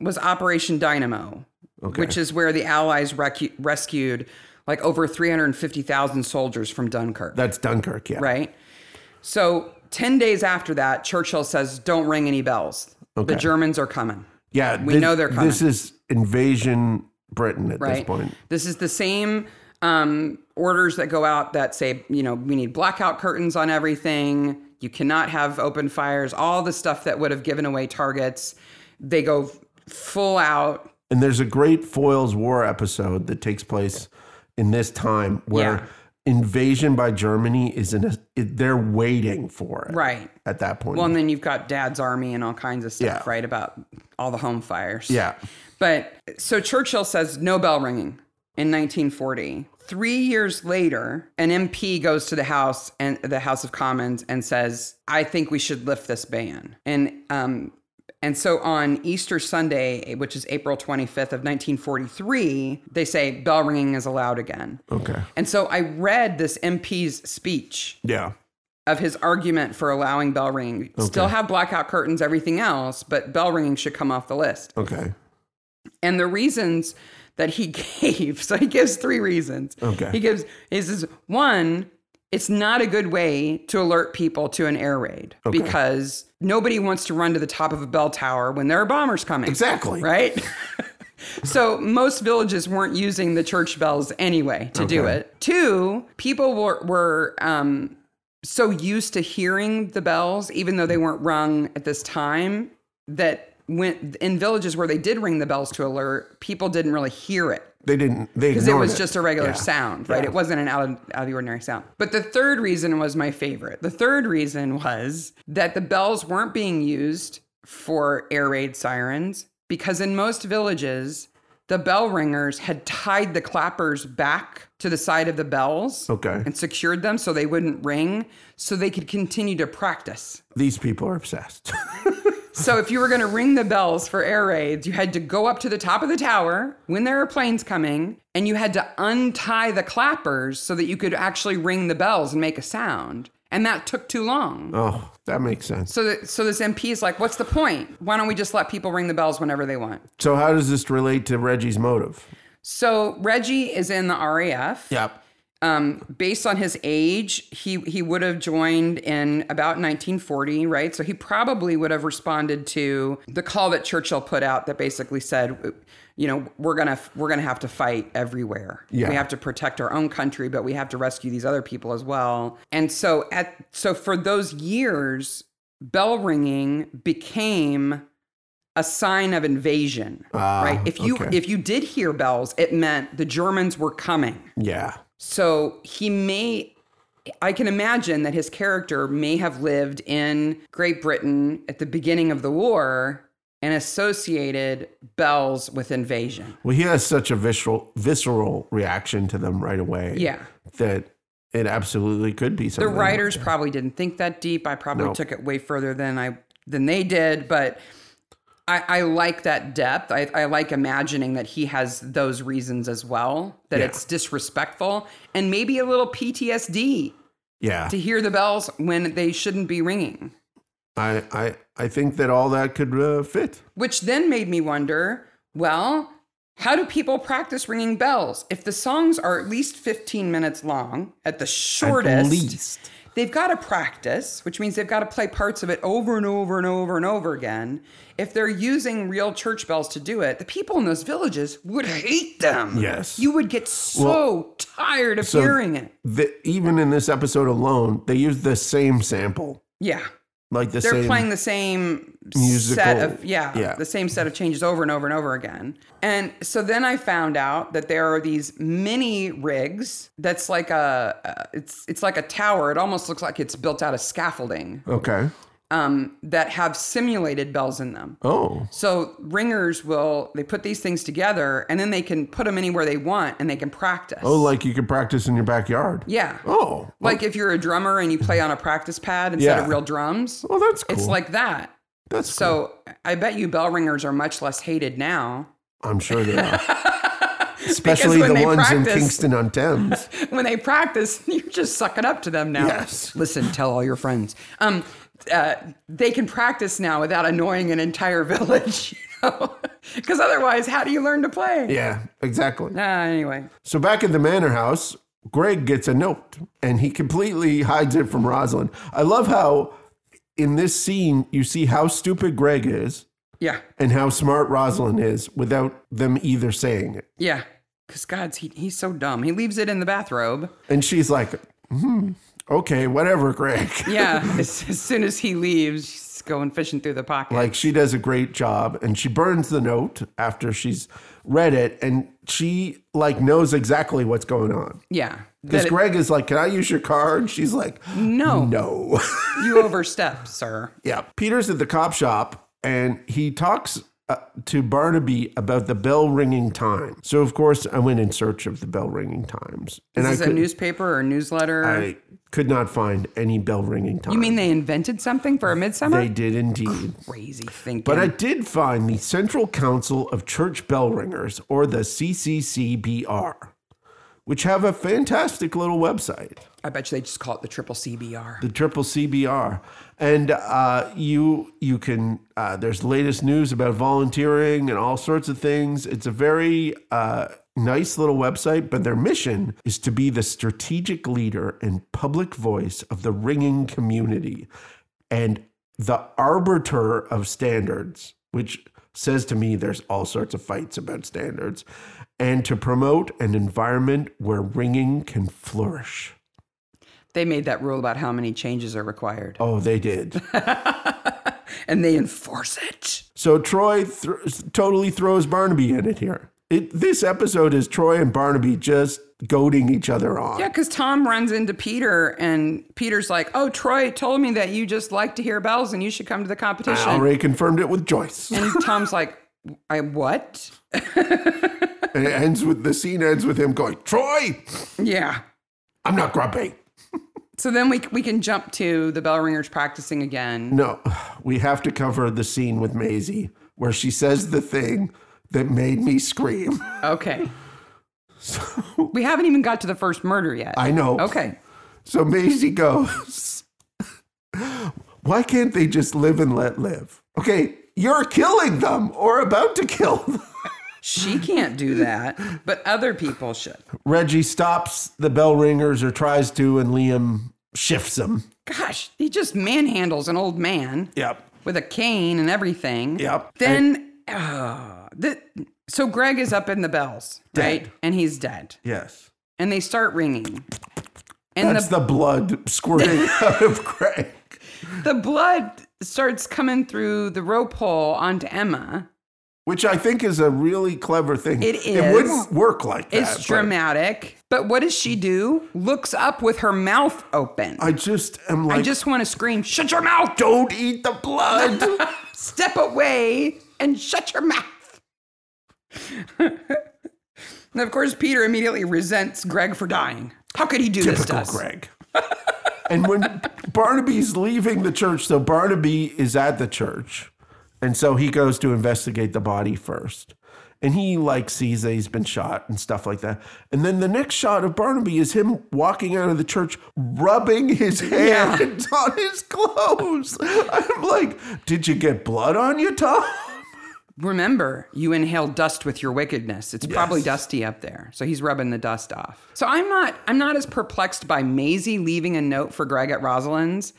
A: was Operation Dynamo,
B: okay.
A: which is where the Allies recu- rescued like over 350,000 soldiers from Dunkirk.
B: That's Dunkirk, yeah.
A: right? So 10 days after that, Churchill says, don't ring any bells.
B: Okay.
A: The Germans are coming.
B: Yeah.
A: We
B: thi-
A: know they're
B: This is invasion Britain at this
A: right?
B: point.
A: This is the same um, orders that go out that say, you know, we need blackout curtains on everything. You cannot have open fires. All the stuff that would have given away targets. They go full out.
B: And there's a great Foyle's War episode that takes place in this time where
A: Yeah.
B: invasion by Germany is in a, it, they're waiting for it
A: Right.
B: at that point.
A: Well, and then you've got dad's army and all kinds of stuff,
B: Yeah.
A: right? About all the home fires.
B: yeah.
A: But so Churchill says no bell ringing in 1940. Three years later, an MP goes to the House and the House of Commons and says, "I think we should lift this ban." And um, and so on Easter Sunday, which is April 25th of 1943, they say bell ringing is allowed again.
B: Okay.
A: And so I read this MP's speech
B: Yeah.
A: of his argument for allowing bell ringing. Still have blackout curtains, everything else, but bell ringing should come off the list
B: Okay.
A: and the reasons that he gave so he gives three reasons
B: Okay.
A: he gives is is one it's not a good way to alert people to an air raid because nobody wants to run to the top of a bell tower when there are bombers coming
B: Exactly.
A: right so most villages weren't using the church bells anyway to do
B: Okay.
A: it two people were, were um, so used to hearing the bells, even though they weren't rung at this time, that when in villages where they did ring the bells to alert, people didn't really hear it
B: They didn't. They
A: because it
B: ignored
A: was just a regular
B: Yeah.
A: sound, right?
B: Yeah.
A: It wasn't an out of, out of the ordinary sound. But the third reason was my favorite. The third reason was that the bells weren't being used for air raid sirens because in most villages, the bell ringers had tied the clappers back to the side of the bells
B: Okay.
A: and secured them so they wouldn't ring so they could continue to practice.
B: These people are obsessed.
A: So if you were going to ring the bells for air raids, you had to go up to the top of the tower when there are planes coming and you had to untie the clappers so that you could actually ring the bells and make a sound. And that took too long.
B: oh, that makes sense.
A: So, that, so this MP is like, what's the point? Why don't we just let people ring the bells whenever they want?
B: So how does this relate to Reggie's motive?
A: So Reggie is in the RAF.
B: Yep.
A: Um, based on his age, he he would have joined in about 1940, right? So he probably would have responded to the call that Churchill put out that basically said, you know, we're gonna we're gonna have to fight everywhere.
B: Yeah.
A: We have to protect our own country, but we have to rescue these other people as well. And so at so for those years, bell ringing became a sign of invasion,
B: Ah,
A: right? If you
B: okay.
A: if you did hear bells, it meant the Germans were coming.
B: Yeah.
A: So he may, I can imagine that his character may have lived in Great Britain at the beginning of the war and associated bells with invasion.
B: Well, he has such a visceral, visceral reaction to them right away.
A: Yeah.
B: That it absolutely could be
A: The
B: something.
A: writers probably didn't think that deep. I probably
B: No.
A: took it way further than I than they did, but I, I like that depth. I, I like imagining that he has those reasons as well. That
B: Yeah.
A: it's disrespectful and maybe a little PTSD
B: Yeah.
A: to hear the bells when they shouldn't be ringing.
B: I, I, I think that all that could uh, fit.
A: Which then made me wonder well, how do people practice ringing bells? If the songs are at least 15 minutes long, at the shortest,
B: least.
A: they've got to practice, which means they've got to play parts of it over and over and over and over again. If they're using real church bells to do it, the people in those villages would hate them.
B: Yes.
A: You would get so tired of hearing it.
B: The, even in this episode alone, they use the same sample,
A: Yeah.
B: like the
A: they're
B: same.
A: playing the same set
B: Musical-
A: of yeah,
B: yeah.
A: the same set of changes over and over and over again and so then i found out that there are these mini rigs that's like a uh, it's it's like a tower it almost looks like it's built out of scaffolding
B: okay.
A: um, that have simulated bells in them
B: Oh,
A: so ringers will they put these things together and then they can put them anywhere they want and they can practice
B: oh, like you could practice in your backyard.
A: yeah
B: Oh,
A: like if you're a drummer and you play on a practice pad instead of
B: Yeah.
A: real drums
B: oh, that's cool.
A: it's like that
B: that's so.
A: So I bet you bell ringers are much less hated now.
B: I'm sure they are. Especially
A: when
B: the
A: they
B: ones in
A: practice-
B: Kingston on Thames.
A: When they practice, you're just sucking up to them now.
B: Yes.
A: Listen, tell all your friends. Um, uh, they can practice now without annoying an entire village, you know? Because otherwise, how do you learn to play?
B: yeah, exactly.
A: Ah, anyway,
B: So back at the manor house, Greg gets a note and he completely hides it from Rosalind. I love how in this scene you see how stupid Greg is
A: yeah,
B: and how smart Rosalind is without them either saying it.
A: yeah. Because God's he, he's so dumb. He leaves it in the bathrobe.
B: And she's like, hmm, okay, whatever, Greg.
A: Yeah. as, as soon as he leaves, she's going fishing through the pocket.
B: Like she does a great job and she burns the note after she's read it and she like knows exactly what's going on.
A: yeah.
B: Because
A: That it-
B: Greg is like, Can I use your car? And she's like,
A: no,
B: No.
A: you overstep, sir.
B: Yeah. Peter's at the cop shop and he talks uh, to Barnaby about the bell ringing time. So, of course, I went in search of the bell ringing times. And
A: Is
B: I
A: this a
B: could,
A: newspaper or a newsletter?
B: I could not find any bell ringing time.
A: You mean they invented something for a midsummer?
B: they did indeed.
A: Crazy thinking.
B: But I did find the Central Council of Church Bell Ringers, or the CCCBR, which have a fantastic little website.
A: I bet you they just call it the triple CBR.
B: the triple CBR, and uh, you you can uh, there's latest news about volunteering and all sorts of things. It's a very uh, nice little website, but their mission is to be the strategic leader and public voice of the ringing community, and the arbiter of standards, which says to me there's all sorts of fights about standards, and to promote an environment where ringing can flourish.
A: They made that rule about how many changes are required.
B: Oh, they did.
A: and they enforce it.
B: So Troy th- totally throws Barnaby in it here. It, this episode is Troy and Barnaby just goading each other on.
A: Yeah, because Tom runs into Peter and Peter's like, Oh, Troy told me that you just like to hear bells and you should come to the competition.
B: I already confirmed it with Joyce.
A: And Tom's like, I what?
B: And it ends with the scene ends with him going, Troy,
A: yeah.
B: I'm not grumpy.
A: So then we we can jump to the bell ringers practicing again.
B: No, we have to cover the scene with Maisie where she says the thing that made me scream.
A: Okay.
B: So
A: We haven't even got to the first murder yet.
B: I know.
A: okay.
B: So Maisie goes, Why can't they just live and let live? Okay, you're killing them or about to kill them.
A: She can't do that, but other people should.
B: Reggie stops the bell ringers or tries to, and Liam shifts him.
A: Gosh, he just manhandles an old man
B: Yep.
A: with a cane and everything.
B: Yep.
A: Then, ah, the, so Greg is up in the bells, right?
B: Dead.
A: And he's dead.
B: Yes.
A: And they start ringing. And
B: That's
A: the,
B: the blood squirting out of Craig.
A: the blood starts coming through the rope hole onto Emma.
B: Which I think is a really clever thing.
A: It
B: It
A: is.
B: wouldn't work like that.
A: It's
B: but
A: dramatic. But what does she do? Looks up with her mouth open. I,
B: I just am like,
A: just want to scream, shut your mouth,
B: don't eat the blood.
A: step away and shut your mouth. and of course, Peter immediately resents Greg for dying. How could he do this to
B: Typical
A: us?
B: Greg. and when Barnaby's leaving the church, so Barnaby is at the church. And so he goes to investigate the body first. And he like sees that he's been shot and stuff like that. And then the next shot of Barnaby is him walking out of the church rubbing his hand on his clothes. I'm like, did you get blood on you, Tom?
A: Remember, you inhale dust with your wickedness. It's probably dusty up there. So he's rubbing the dust off. So I'm not I'm not as perplexed by Maisie leaving a note for Greg at Rosalind's.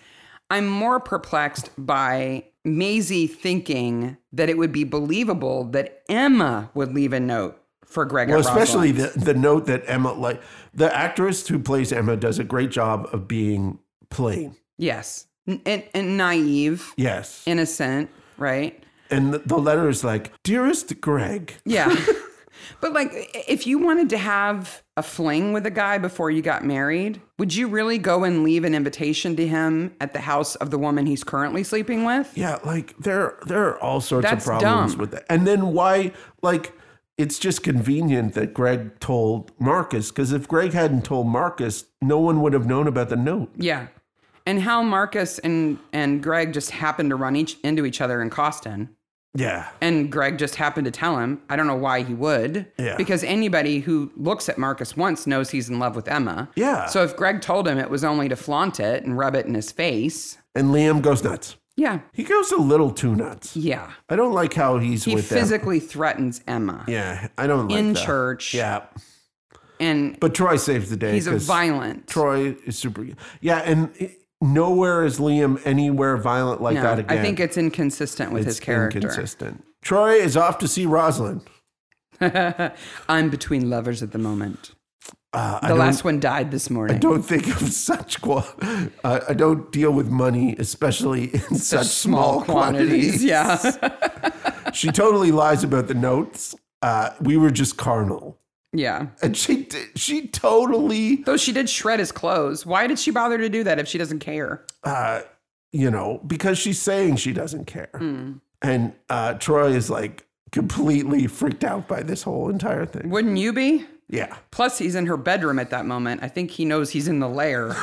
A: I'm more perplexed by Maisie thinking that it would be believable that Emma would leave a note for Greg
B: Well,
A: at Rosalind's.
B: especially the, the note that Emma like the actress who plays Emma does a great job of being plain.
A: Yes. N- And, and naive,
B: Yes.
A: innocent, right?
B: And the, the letter is like, Dearest Greg,
A: Yeah. but like i- if you wanted to have a fling with a guy before you got married, would you really go and leave an invitation to him at the house of the woman he's currently sleeping with?
B: yeah, like there there are all sorts
A: That's
B: of problems
A: dumb.
B: with that. And then why like it's just convenient that Greg told Marcus because if Greg hadn't told Marcus, no one would have known about the note.
A: Yeah. And how Marcus and and Greg just happened to run each into each other in Coston.
B: Yeah.
A: And Greg just happened to tell him. I don't know why he would.
B: Yeah.
A: Because anybody who looks at Marcus once knows he's in love with Emma.
B: Yeah.
A: So if Greg told him it was only to flaunt it and rub it in his face.
B: And Liam goes nuts.
A: Yeah.
B: He goes a little too nuts.
A: Yeah.
B: I don't like how he's
A: He
B: with them.
A: physically threatens Emma
B: Yeah, I don't like
A: in
B: that.
A: church.
B: Yeah.
A: And
B: But Troy saves the day.
A: he's a
B: 'cause
A: violent.
B: Troy is super. Yeah, and it- nowhere is Liam anywhere violent like
A: No,
B: that again.
A: I think it's inconsistent with his character.
B: Inconsistent. Troy is off to see Rosalind.
A: I'm between lovers at the moment.
B: Uh,
A: The
B: I don't,
A: last one died this morning.
B: don't think of such. Qual- uh, I don't deal with money, especially in such, small, quantities.
A: Yeah.
B: she totally lies about the notes. Uh, we were just carnal,
A: yeah.
B: and she did, she totally,
A: Though she did shred his clothes. Why did she bother to do that if she doesn't care?
B: uh, you know, because she's saying she doesn't care,
A: Hmm.
B: and uh, Troy is like completely freaked out by this whole entire thing.
A: Wouldn't you be?
B: Yeah.
A: Plus, he's in her bedroom at that moment. I think he knows he's in the lair.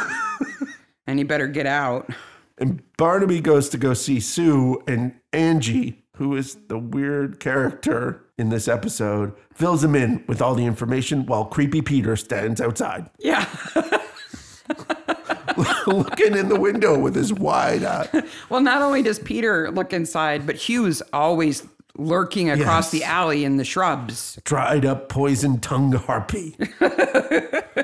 A: and he better get out.
B: And Barnaby goes to go see Sue, and Angie, who is the weird character in this episode, fills him in with all the information while creepy Peter stands outside,
A: Yeah.
B: looking in the window with his wide uh, eye.
A: Well, not only does Peter look inside, but Hugh's always lurking across
B: Yes.
A: the alley in the shrubs.
B: Dried up, poison tongued harpy.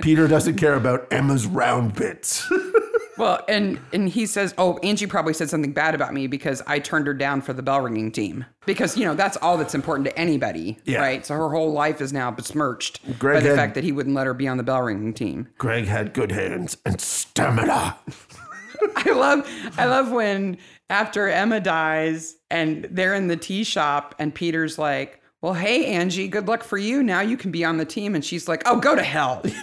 B: Peter doesn't care about Emma's round bits.
A: Well, and and he says, "Oh, Angie probably said something bad about me because I turned her down for the bell ringing team because you know that's all that's important to anybody,
B: Yeah.
A: right? So her whole life is now besmirched
B: Greg
A: by the
B: had-
A: fact that he wouldn't let her be on the bell ringing team.
B: Greg had good hands and stamina.
A: I love I love when after Emma dies and they're in the tea shop and Peter's like, "Well, hey Angie, good luck for you. Now you can be on the team." And she's like, "Oh, go to hell."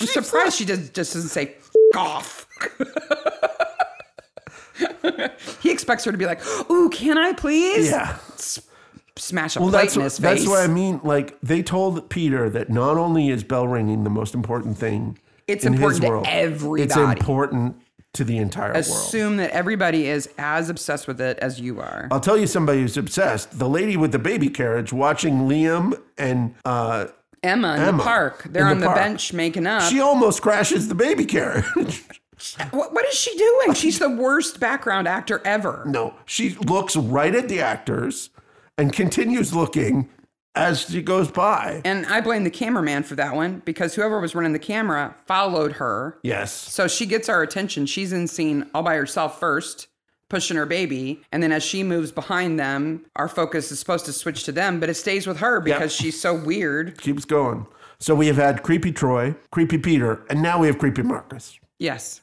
A: I'm surprised she just just doesn't say F- off. he expects her to be like, "Ooh, can I please?"
B: Yeah.
A: smash a
B: Well,
A: plate
B: that's
A: in
B: what,
A: his
B: that's
A: face.
B: what I mean. Like they told Peter that not only is bell ringing the most important thing,
A: It's
B: in his
A: important to
B: world, It's
A: everybody.
B: important to the entire world.
A: Assume that everybody is as obsessed with it as you are.
B: I'll tell you somebody who's obsessed. The lady with the baby carriage watching Liam and uh,
A: Emma in
B: Emma,
A: the park. They're on
B: in the
A: the
B: park.
A: bench making up.
B: she almost crashes the baby carriage.
A: what, what is she doing? She's the worst background actor ever.
B: no, she looks right at the actors and continues looking as she goes by.
A: And I blame the cameraman for that one because whoever was running the camera followed her.
B: Yes.
A: So she gets our attention. She's in scene all by herself first, pushing her baby. And then as she moves behind them, our focus is supposed to switch to them, but it stays with her because she's so weird.
B: Keeps going. So we have had creepy Troy, creepy Peter, and now we have creepy Marcus.
A: Yes.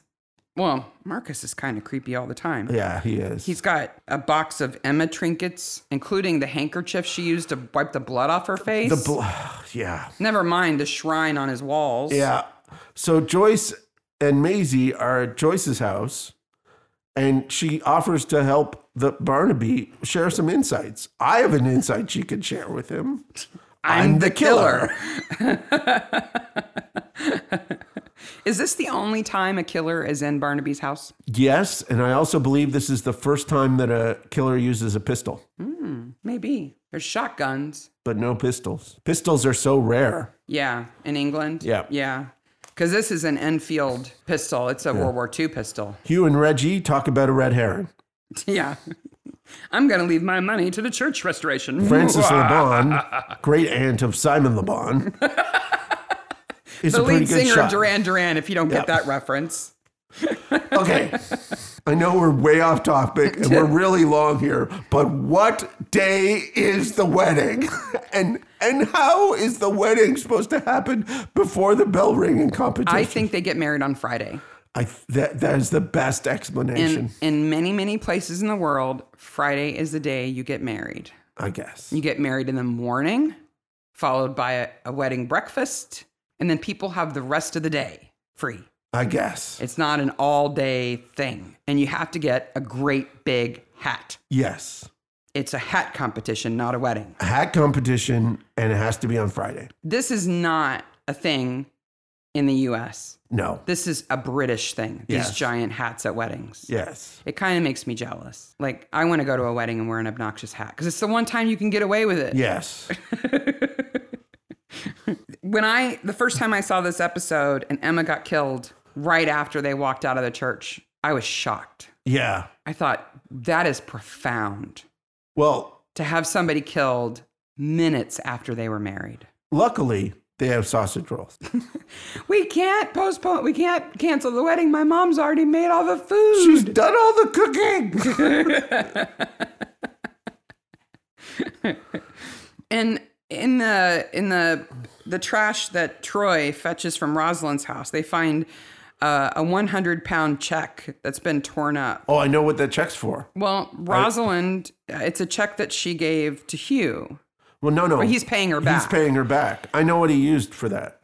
A: Well, Marcus is kind of creepy all the time.
B: Yeah, he is.
A: He's got a box of Emma trinkets, including the handkerchief she used to wipe the blood off her face.
B: the bl- yeah.
A: Never mind the shrine on his walls.
B: Yeah. So Joyce and Maisie are at Joyce's house, and she offers to help the Barnaby share some insights. I have an insight she could share with him.
A: I'm the killer. Is this the only time a killer is in Barnaby's house?
B: Yes, and I also believe this is the first time that a killer uses a pistol,
A: Maybe. There's shotguns.
B: but no pistols. Pistols are so rare.
A: Yeah, in England.
B: Yeah.
A: Yeah. Because this is an Enfield pistol. It's a World War II pistol.
B: Hugh and Reggie talk about a red herring.
A: yeah. I'm going to leave my money to the church restoration.
B: Francis LeBon, great aunt of Simon LeBon, is
A: the
B: a pretty
A: lead
B: good
A: singer
B: shot.
A: of Duran Duran, if you don't get
B: Yeah.
A: that reference.
B: Okay. I know we're way off topic and we're really long here, but what day is the wedding? And and how is the wedding supposed to happen before the bell ringing competition?
A: I think they get married on Friday.
B: I th- that that is the best explanation,
A: In, in many, many places in the world, Friday is the day you get married.
B: I guess.
A: You get married in the morning, followed by a, a wedding breakfast, and then people have the rest of the day free.
B: I guess.
A: It's not an all day thing. And you have to get a great big hat.
B: Yes.
A: It's a hat competition, not a wedding.
B: A hat competition and it has to be on Friday.
A: This is not a thing in the US.
B: No.
A: This is a British thing, these
B: Yes.
A: giant hats at weddings.
B: Yes.
A: It kind of makes me jealous. Like, I want to go to a wedding and wear an obnoxious hat because it's the one time you can get away with it.
B: Yes.
A: when I the first time I saw this episode and Emma got killed right after they walked out of the church, I was shocked.
B: Yeah.
A: I thought that is profound
B: Well,
A: to have somebody killed minutes after they were married.
B: luckily they have sausage rolls.
A: We can't postpone. We can't cancel the wedding. My mom's already made all the food.
B: She's done all the cooking.
A: And in the in the the trash that Troy fetches from Rosalind's house, they find uh, a 100 pound check that's been torn up.
B: Oh, I know what that check's for.
A: Well, Rosalind, uh, it's a check that she gave to Hugh.
B: Well, no, no.
A: he's paying her
B: He's
A: back.
B: paying her back. I know what he used for that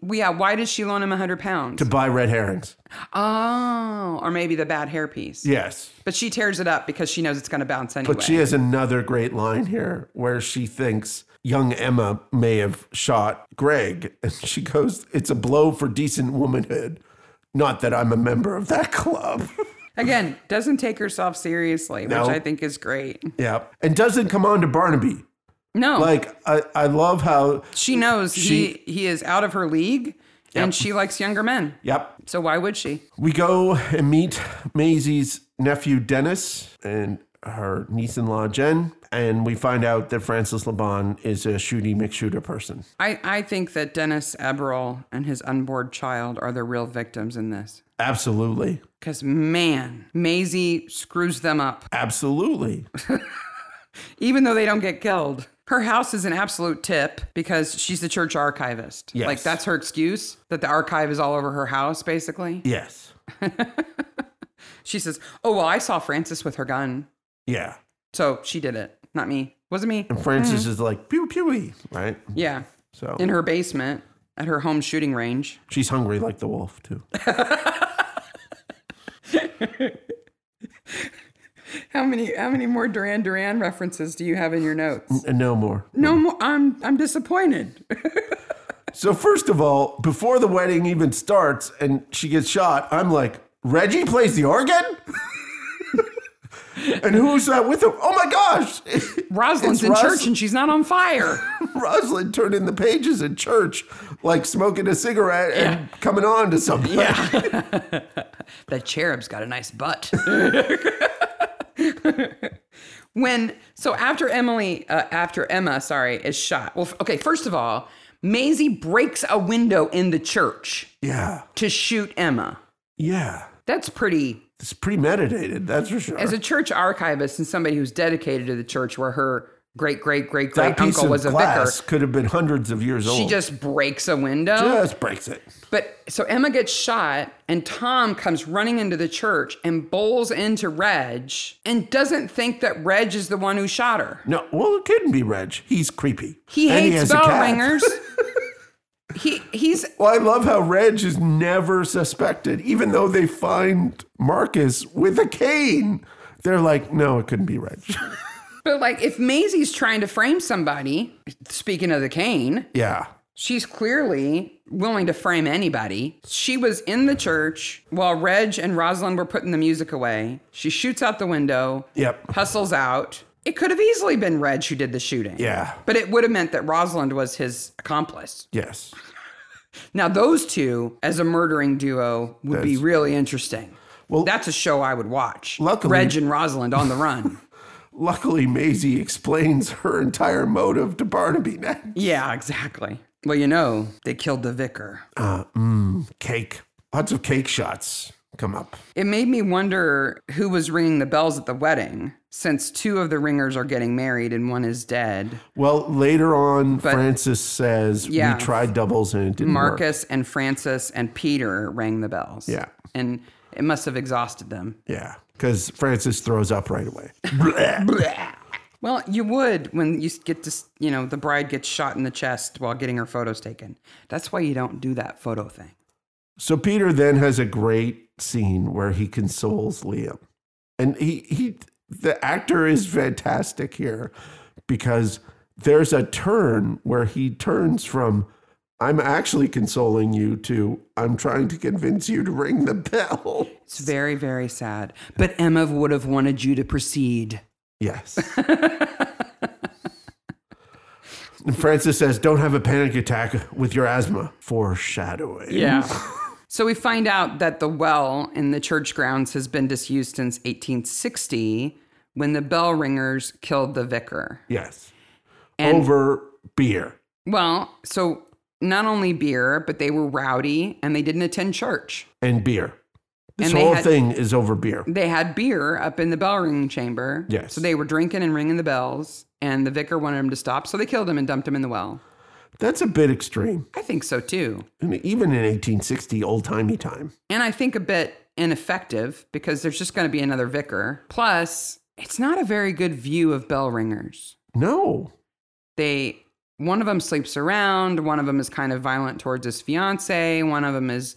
A: Well, yeah, why does she loan him a hundred pounds?
B: to buy red herrings.
A: Oh, or maybe the bad hairpiece.
B: Yes.
A: But she tears it up because she knows it's going to bounce anyway.
B: But she has another great line here where she thinks young Emma may have shot Greg. And she goes, It's a blow for decent womanhood. Not that I'm a member of that club.
A: Again, doesn't take herself seriously,
B: No.
A: which I think is great.
B: yeah. And doesn't come on to Barnaby.
A: No,
B: Like, I, I love how,
A: she knows
B: she-
A: he he is out of her league, and she likes younger men.
B: yep,
A: So why would she?
B: We go and meet Maisie's nephew Dennis and her niece in law Jen, and we find out that Francis Laban is a shooty McShooter person.
A: I, I think that Dennis Eberle and his unborn child are the real victims in this.
B: Absolutely.
A: Because, man, Maisie screws them up.
B: Absolutely.
A: even though they don't get killed. Her house is an absolute tip because she's the church archivist.
B: Yes.
A: Like that's her excuse that the archive is all over her house, basically.
B: Yes.
A: She says, Oh, well, I saw Francis with her gun.
B: Yeah.
A: So she did it. Not me. Wasn't me.
B: And Francis is like pew pewy, right?
A: Yeah.
B: So
A: In her basement at her home shooting range.
B: she's hungry like the wolf too.
A: How many how many more Duran Duran references do you have in your notes?
B: And no more.
A: No more. I'm I'm disappointed.
B: So first of all, before the wedding even starts and she gets shot, I'm like, Reggie plays the organ? and who's that with him? Oh my gosh!
A: Rosalind's
B: It's
A: in
B: Ros-
A: church and she's not on fire.
B: Rosalind turned in the pages at church, like smoking a cigarette and coming on to something.
A: that cherub's got a nice butt. when so after Emily, uh, after Emma, sorry, is shot. Well, f- okay. First of all, Maisie breaks a window in the church
B: Yeah.
A: to shoot Emma.
B: Yeah.
A: That's pretty.
B: It's premeditated, that's for sure.
A: As a church archivist and somebody who's dedicated to the church, where her great great great
B: that
A: great
B: piece
A: uncle
B: of
A: was a
B: glass
A: vicar,
B: could have been hundreds of years
A: she
B: old.
A: just breaks a window.
B: just breaks it.
A: But so Emma gets shot, and Tom comes running into the church and bowls into Reg and doesn't think that Reg is the one who shot her.
B: No, well, it couldn't be Reg. He's creepy.
A: He
B: And
A: hates
B: has a
A: bell
B: cat.
A: ringers. he he's
B: Well, I love how Reg is never suspected, even though they find Marcus with a cane. They're like, no, it couldn't be Reg.
A: but like if Maisie's trying to frame somebody, speaking of the cane,
B: yeah.
A: she's clearly willing to frame anybody. She was in the church while Reg and Rosalind were putting the music away. She shoots out the window.
B: Yep.
A: hustles out. It could have easily been Reg who did the shooting.
B: Yeah.
A: But it would have meant that Rosalind was his accomplice.
B: Yes.
A: Now, those two as a murdering duo would be
B: That's-
A: really interesting.
B: Well-
A: that's a show I would watch.
B: Luckily-
A: Reg and Rosalind on the run.
B: Luckily, Maisie explains her entire motive to Barnaby next.
A: yeah, exactly. Well, you know, they killed the vicar.
B: Cake. Lots of cake shots come up.
A: It made me wonder who was ringing the bells at the wedding, since two of the ringers are getting married and one is dead.
B: Well, later on, Francis says,
A: Yeah.
B: we tried doubles and it didn't work.
A: Marcus and Francis and Peter rang the bells.
B: Yeah.
A: And it must have exhausted them.
B: Yeah. Because Francis throws up right away. Blech.
A: Well, you would when you get to, you know, the bride gets shot in the chest while getting her photos taken. That's why you don't do that photo thing.
B: So Peter then has a great scene where he consoles Liam. And he he the actor is fantastic here because there's a turn where he turns from I'm actually consoling you to I'm trying to convince you to ring the bell.
A: It's very, very sad. But Emma would have wanted you to proceed.
B: Yes. And Francis says, "Don't have a panic attack with your asthma." Foreshadowing.
A: so we find out that the well in the church grounds has been disused since 1860 when the bell ringers killed the vicar.
B: Yes.
A: And-
B: Over beer.
A: Well, so not only beer, but they were rowdy and they didn't attend church.
B: and beer. This
A: And they
B: whole
A: had-
B: thing is over beer.
A: They had beer up in the bell ringing chamber.
B: Yes.
A: So they were drinking and ringing the bells, and the vicar wanted him to stop, so they killed him and dumped him in the well.
B: That's a bit extreme.
A: I think so too.
B: I mean, even in 1860, old timey time.
A: And I think a bit ineffective because there's just going to be another vicar. Plus, it's not a very good view of bell ringers.
B: No.
A: They one of them sleeps around, one of them is kind of violent towards his fiance, one of them is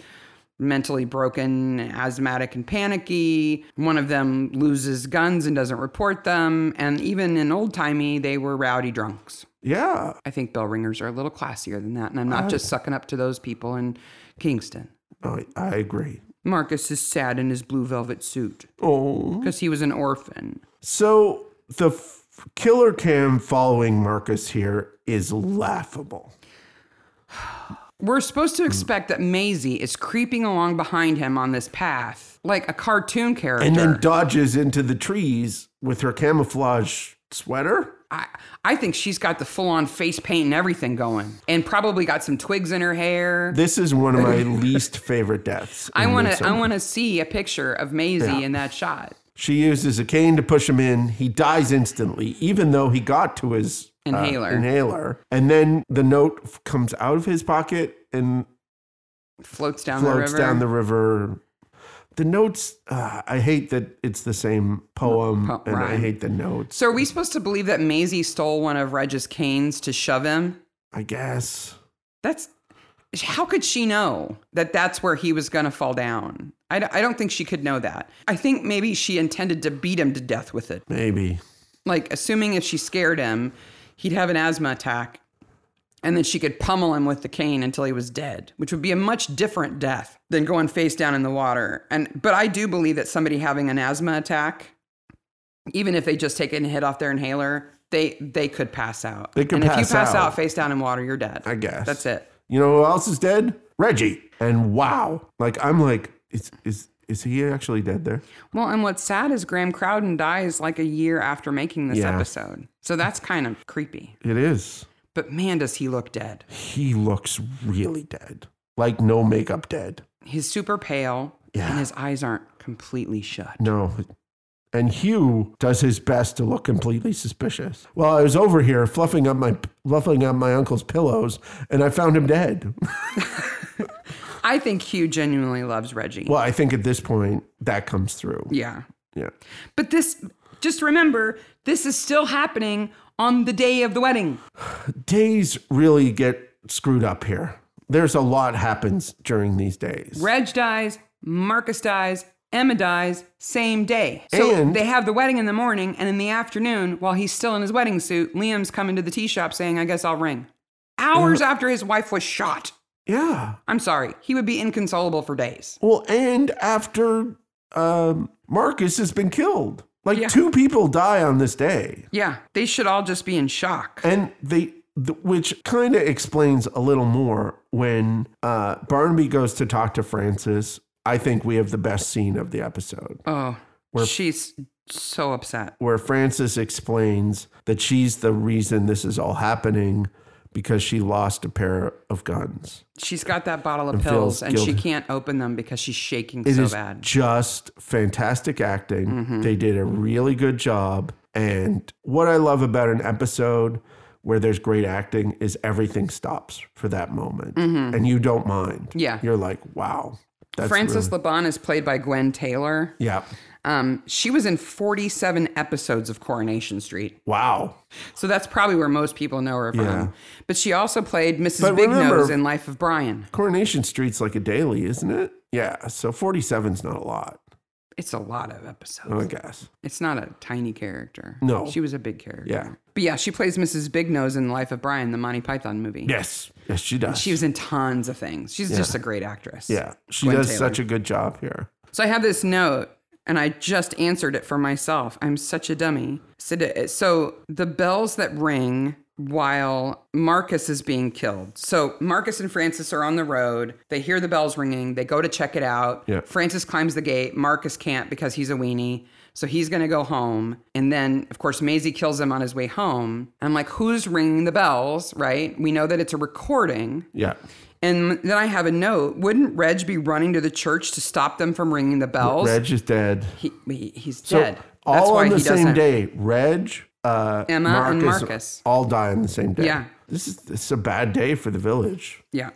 A: mentally broken, asthmatic and panicky. One of them loses guns and doesn't report them, and even in old-timey they were rowdy drunks.
B: Yeah.
A: I think bell ringers are a little classier than that, and I'm not just sucking up to those people in Kingston.
B: I, I agree.
A: Marcus is sad in his blue velvet suit
B: Oh.
A: because he was an orphan.
B: So the f- killer cam following Marcus here is laughable.
A: We're supposed to expect that Maisie is creeping along behind him on this path like a cartoon character.
B: And then dodges into the trees with her camouflage sweater.
A: I, I think she's got the full on face paint and everything going, and probably got some twigs in her hair.
B: This is one of my least favorite deaths.
A: I
B: in
A: want to
B: Midsommar.
A: I want to see a picture of Maisie in that shot.
B: She uses a cane to push him in. He dies instantly, even though he got to his uh,
A: Inhaler.
B: inhaler. And then the note f- comes out of his pocket and
A: Floats down the
B: floats
A: river.
B: down the river. The notes, uh, I hate that it's the same poem,
A: Po-
B: and I
A: rhyme.
B: hate the notes,
A: so are we supposed to believe that Maisie stole one of Reg's canes to shove him?
B: I guess.
A: That's how could she know that that's where he was going to fall down? I, d- I don't think she could know that. I think maybe she intended to beat him to death with it.
B: Maybe.
A: Like, assuming if she scared him, he'd have an asthma attack and then she could pummel him with the cane until he was dead, which would be a much different death than going face down in the water. And but I do believe that somebody having an asthma attack, even if they just take a hit off their inhaler, they they could pass out.
B: They could
A: and if
B: pass
A: you pass
B: out.
A: out. face down in water, you're dead.
B: I guess.
A: That's it.
B: You know who else is dead? Reggie. And wow. Like I'm like, is is is he actually dead there?
A: Well, and what's sad is Graham Crowden dies like a year after making this
B: Yeah.
A: episode. So that's kind of creepy.
B: It is.
A: But man, does he look dead.
B: He looks really dead. Like no makeup dead.
A: He's super pale
B: Yeah.
A: and his eyes aren't completely shut.
B: No. And Hugh does his best to look completely suspicious. While I was over here fluffing up my fluffing up my uncle's pillows, and I found him dead.
A: I think Hugh genuinely loves Reggie.
B: Well, I think at this point that comes through.
A: Yeah.
B: Yeah.
A: But this, just remember, this is still happening on the day of the wedding.
B: Days really get screwed up here. There's a lot happens during these days.
A: Reg dies, Marcus dies, Emma dies, same day. So
B: And-
A: they have the wedding in the morning, and in the afternoon, while he's still in his wedding suit, Liam's coming to the tea shop saying, I guess I'll ring. Hours after his wife was shot.
B: yeah.
A: I'm sorry, he would be inconsolable for days.
B: Well, and after um, Marcus has been killed, like
A: Yeah.
B: two people die on this day,
A: Yeah, they should all just be in shock.
B: and they, th- which kind of explains a little more when uh, Barnaby goes to talk to Francis. I think we have the best scene of the episode
A: Oh,
B: We're-
A: she's so upset.
B: where Francis explains that she's the reason this is all happening because she lost a pair of guns.
A: She's got that bottle of
B: feels
A: pills and she
B: guilty.
A: can't open them because she's shaking
B: It is
A: so bad.
B: just fantastic acting. They did a really good job. And what I love about an episode where there's great acting is everything stops for that moment and you don't mind.
A: Mm-hmm. Yeah.
B: You're like, wow. That's
A: Frances
B: really-
A: Laban is played by Gwen Taylor.
B: yeah.
A: Um, she was in 47 episodes of Coronation Street.
B: Wow.
A: So that's probably where most people know her from.
B: Yeah.
A: But she also played Mrs.
B: But
A: Big
B: remember-
A: Nose in Life of Brian.
B: Coronation Street's like a daily, isn't it? Yeah. So 47's not a lot,
A: It's a lot of episodes.
B: I guess.
A: It's not a tiny character.
B: No.
A: She was a big character.
B: Yeah.
A: But yeah, she plays Mrs. Big Nose in Life of Brian, the Monty Python movie.
B: Yes. Yes, she does.
A: She was in tons of things. She's just a great actress.
B: yeah. She
A: Gwen
B: does
A: Taylor.
B: such a good job here.
A: So I have this note and I just answered it for myself. I'm such a dummy. So, d- so the bells that ring while Marcus is being killed. So Marcus and Francis are on the road. They hear the bells ringing. They go to check it out.
B: Yeah.
A: Francis climbs the gate. Marcus can't because he's a weenie. So he's going to go home. And then, of course, Maisie kills him on his way home. I'm like, who's ringing the bells, right? We know that it's a recording.
B: Yeah.
A: And then I have a note. Wouldn't Reg be running to the church to stop them from ringing the bells?
B: Reg is dead.
A: he, he, he's
B: So
A: dead.
B: All
A: That's why
B: on the
A: he
B: same
A: doesn't.
B: day. Reg, uh,
A: Emma
B: Marcus,
A: and Marcus.
B: all die on the same day.
A: Yeah.
B: This is this is a bad day for the village.
A: Yeah.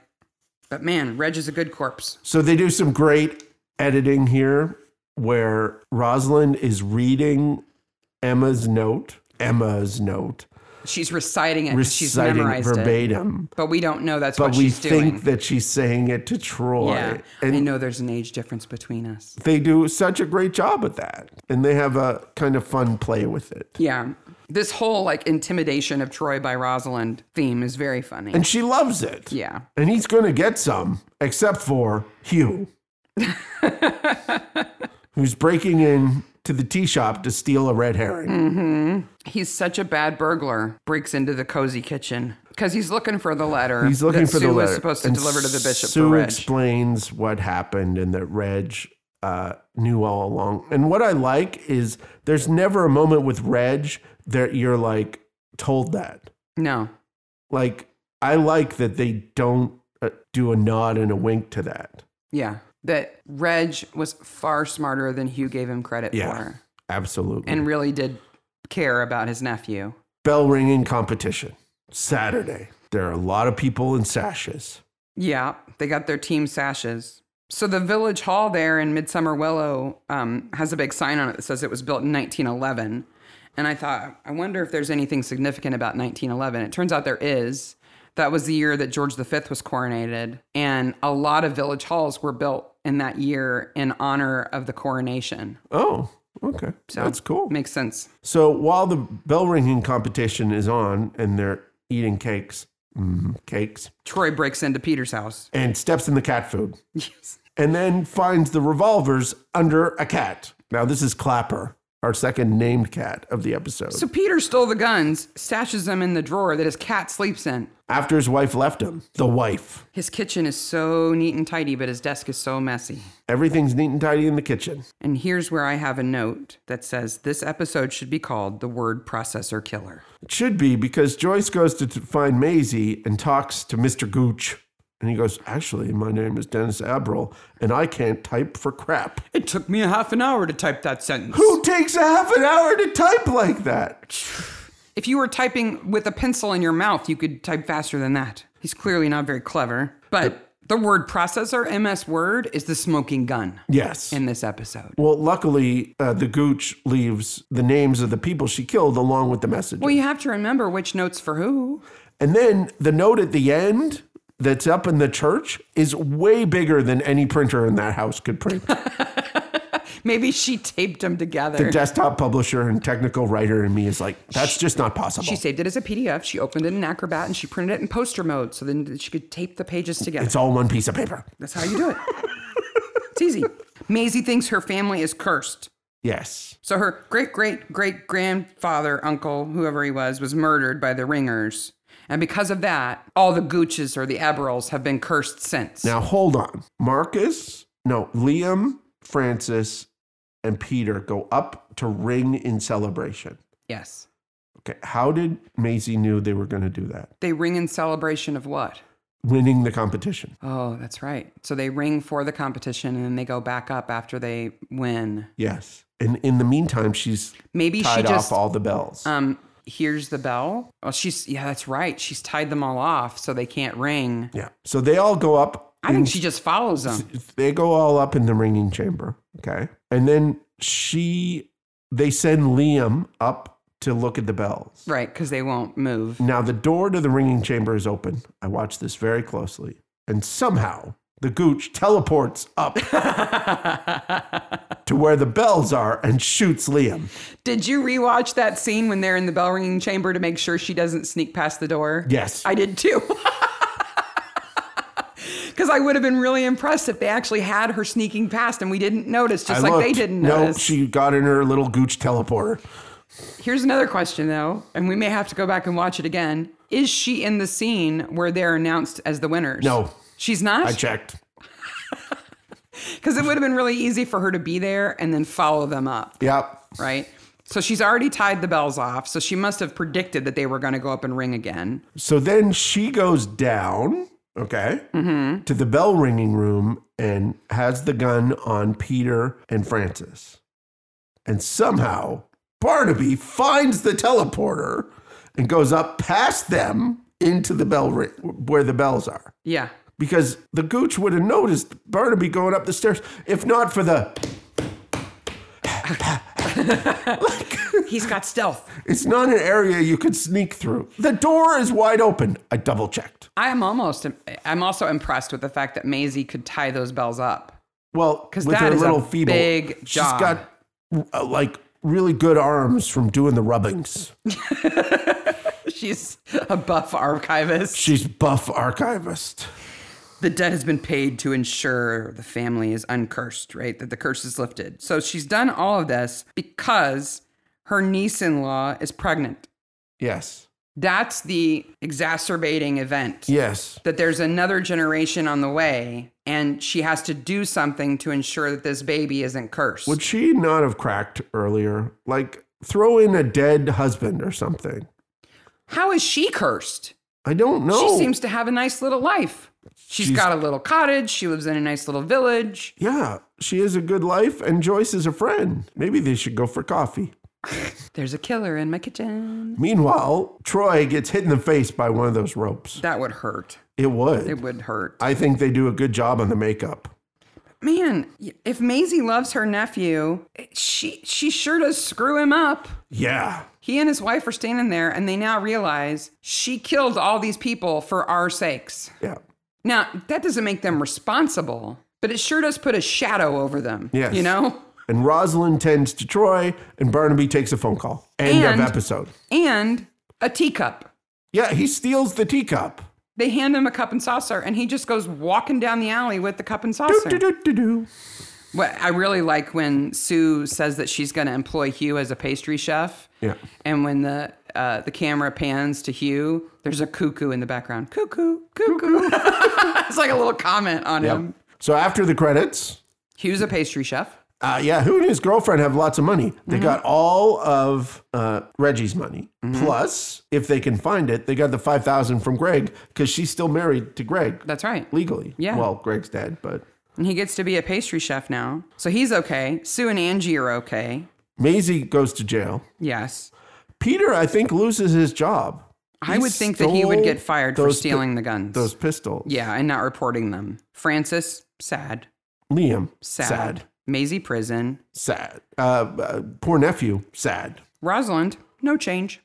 A: But man, Reg is a good corpse.
B: So they do some great editing here where Rosalind is reading Emma's note, Emma's note,
A: She's reciting it. 'cause she's
B: reciting
A: memorized it.
B: verbatim.
A: But we don't know that's
B: But
A: what
B: we
A: she's
B: think
A: doing.
B: that she's saying it to Troy.
A: yeah.
B: And
A: I know there's an age difference between us.
B: they do such a great job at that. And they have a kind of fun play with it.
A: Yeah. This whole like intimidation of Troy by Rosalind theme is very funny.
B: And she loves it.
A: yeah.
B: And he's going to get some, except for Hugh, who's breaking in to the tea shop to steal a red herring.
A: Hmm. He's such a bad burglar. Breaks into the cozy kitchen because he's looking for the letter.
B: He's looking
A: that
B: for
A: Sue
B: the letter.
A: was supposed to
B: And
A: deliver to the bishop
B: Sue
A: for Reg.
B: explains what happened and that Reg uh, knew all along. And what I like is there's never a moment with Reg that you're like told that.
A: no,
B: Like I like that they don't uh, do a nod and a wink to that.
A: yeah, that Reg was far smarter than Hugh gave him credit
B: Yeah.
A: for,
B: Absolutely.
A: and really did care about his nephew.
B: bell ringing competition Saturday. There are a lot of people in sashes.
A: Yeah, they got their team sashes. So the village hall there in Midsummer Willow um, has a big sign on it that says it was built in 1911. And I thought, I wonder if there's anything significant about 1911. It turns out there is. That was the year that George V was coronated, and a lot of village halls were built in that year in honor of the coronation.
B: Oh, okay. That's cool.
A: Makes sense.
B: So while the bell ringing competition is on and they're eating cakes, mm, cakes,
A: Troy breaks into Peter's house.
B: and steps in the cat food and then finds the revolvers under a cat. Now, this is Clapper, our second named cat of the episode.
A: So Peter stole the guns, stashes them in the drawer that his cat sleeps in.
B: After his wife left him, the wife.
A: His kitchen is so neat and tidy, but his desk is so messy.
B: Everything's neat and tidy in the kitchen.
A: And here's where I have a note that says this episode should be called The Word Processor Killer.
B: It should be because Joyce goes to t- find Maisie and talks to Mr. Gooch. And he goes, Actually, my name is Dennis Abril, and I can't type for crap.
A: It took me a half an hour to type that sentence.
B: Who takes a half an hour to type like that?
A: If you were typing with a pencil in your mouth, you could type faster than that. He's clearly not very clever. But the word processor, MS Word, is the smoking gun
B: Yes.
A: in this episode.
B: Well, luckily, uh, the gooch leaves the names of the people she killed along with the message.
A: Well, you have to remember which notes for who.
B: and then the note at the end that's up in the church is way bigger than any printer in that house could print.
A: Maybe she taped them together.
B: the desktop publisher and technical writer in me is like, that's just not possible.
A: she saved it as a PDF. She opened it in Acrobat and she printed it in poster mode so then she could tape the pages together.
B: it's all one piece of paper.
A: That's how you do it. it's easy. Maisie thinks her family is cursed.
B: Yes.
A: So her great great great grandfather, uncle, whoever he was, was murdered by the ringers. And because of that, all the Gooches or the Eberls have been cursed since.
B: Now hold on. Marcus, no, Liam, Francis, and Peter go up to ring in celebration.
A: Yes.
B: Okay. How did Maisie knew they were going to do that?
A: They ring in celebration of what?
B: Winning the competition.
A: Oh, that's right. So they ring for the competition and then they go back up after they win.
B: Yes. And in the meantime, she's
A: Maybe she
B: tied off
A: just
B: all the bells.
A: um hears the bell. Oh, she's yeah, that's right. She's tied them all off so they can't ring.
B: yeah. So they all go up.
A: I think she just follows them.
B: They go all up in the ringing chamber. Okay. And then she, they send Liam up to look at the bells.
A: Right, because they won't move.
B: Now, the door to the ringing chamber is open. I watch this very closely. And somehow the gooch teleports up to where the bells are and shoots Liam.
A: Did you rewatch that scene when they're in the bell ringing chamber to make sure she doesn't sneak past the door?
B: Yes.
A: I did too. Because I would have been really impressed if they actually had her sneaking past and we didn't notice, just like they
B: looked.
A: didn't
B: no,
A: notice.
B: she got in her little gooch teleporter.
A: Here's another question, though, and we may have to go back and watch it again. Is she in the scene where they're announced as the winners?
B: No.
A: She's
B: I
A: not?
B: checked.
A: Because it would have been really easy for her to be there and then follow them up.
B: Yep.
A: right? So she's already tied the bells off. So she must have predicted that they were going to go up and ring again.
B: So then she goes down, okay, to the bell ringing room and has the gun on Peter and Francis. And somehow Barnaby finds the teleporter and goes up past them into the bell ring where the bells are.
A: Yeah.
B: Because the gooch would have noticed Barnaby going up the stairs, if not for the
A: He's got stealth.
B: it's not an area you could sneak through. The door is wide open. I double checked.
A: I am almost, I'm also impressed with the fact that Maisie could tie those bells up.
B: Well, with
A: that
B: her
A: is a
B: little feeble,
A: big
B: she's
A: job.
B: got uh, like really good arms from doing the rubbings.
A: She's a buff archivist.
B: She's buff archivist.
A: The debt has been paid to ensure the family is uncursed, right? That the curse is lifted. So she's done all of this because her niece in law is pregnant.
B: Yes,
A: That's the exacerbating event.
B: yes,
A: that there's another generation on the way and she has to do something to ensure that this baby isn't cursed.
B: would she not have cracked earlier? Like throw in a dead husband or something.
A: How is she cursed?
B: I don't know.
A: She seems to have a nice little life. She's
B: Oh. She's-
A: got a little cottage, she lives in a nice little village.
B: yeah, she has a good life, and Joyce is a friend. Maybe they should go for coffee.
A: There's a killer in my kitchen.
B: Meanwhile, Troy gets hit in the face by one of those ropes.
A: That would hurt.
B: It would.
A: It would hurt.
B: I think they do a good job on the makeup.
A: Man, if Maisie loves her nephew, she she sure does screw him up.
B: Yeah.
A: He and his wife are standing there and they now realize she killed all these people for our sakes.
B: Yeah.
A: Now, that doesn't make them responsible, but it sure does put a shadow over them.
B: Yes.
A: You know?
B: And Rosalind tends to Troy, and Barnaby takes a phone call. End
A: And-
B: of episode.
A: And a teacup.
B: Yeah, he steals the teacup.
A: They hand him a cup and saucer, and he just goes walking down the alley with the cup and saucer.
B: Do-do-do-do-do.
A: What I really like when Sue says that she's going to employ Hugh as a pastry chef.
B: Yeah.
A: And when the uh, the camera pans to Hugh, there's a cuckoo in the background. Cuckoo, cuckoo. it's like a little comment on
B: Yep.
A: him.
B: So after the credits,
A: Hugh's a pastry chef.
B: uh, yeah, who and his girlfriend have lots of money.
A: Mm-hmm.
B: They got all of uh, Reggie's money. Plus, if they can find it, they got the 5000 from Greg because she's still married to Greg
A: That's right.
B: legally.
A: Yeah.
B: Well, Greg's dead, but
A: And he gets to be a pastry chef now. So he's okay. Sue and Angie are okay.
B: Maisie goes to jail.
A: Yes.
B: Peter, I think, loses his job.
A: I would think that he would
B: stole
A: get fired for
B: those pi-
A: stealing the guns.
B: those pistols.
A: yeah, and not reporting them. Francis, sad.
B: Liam,
A: Sad.
B: sad.
A: Maisie, prison.
B: sad. Uh, uh, poor nephew, sad.
A: Rosalind, no change.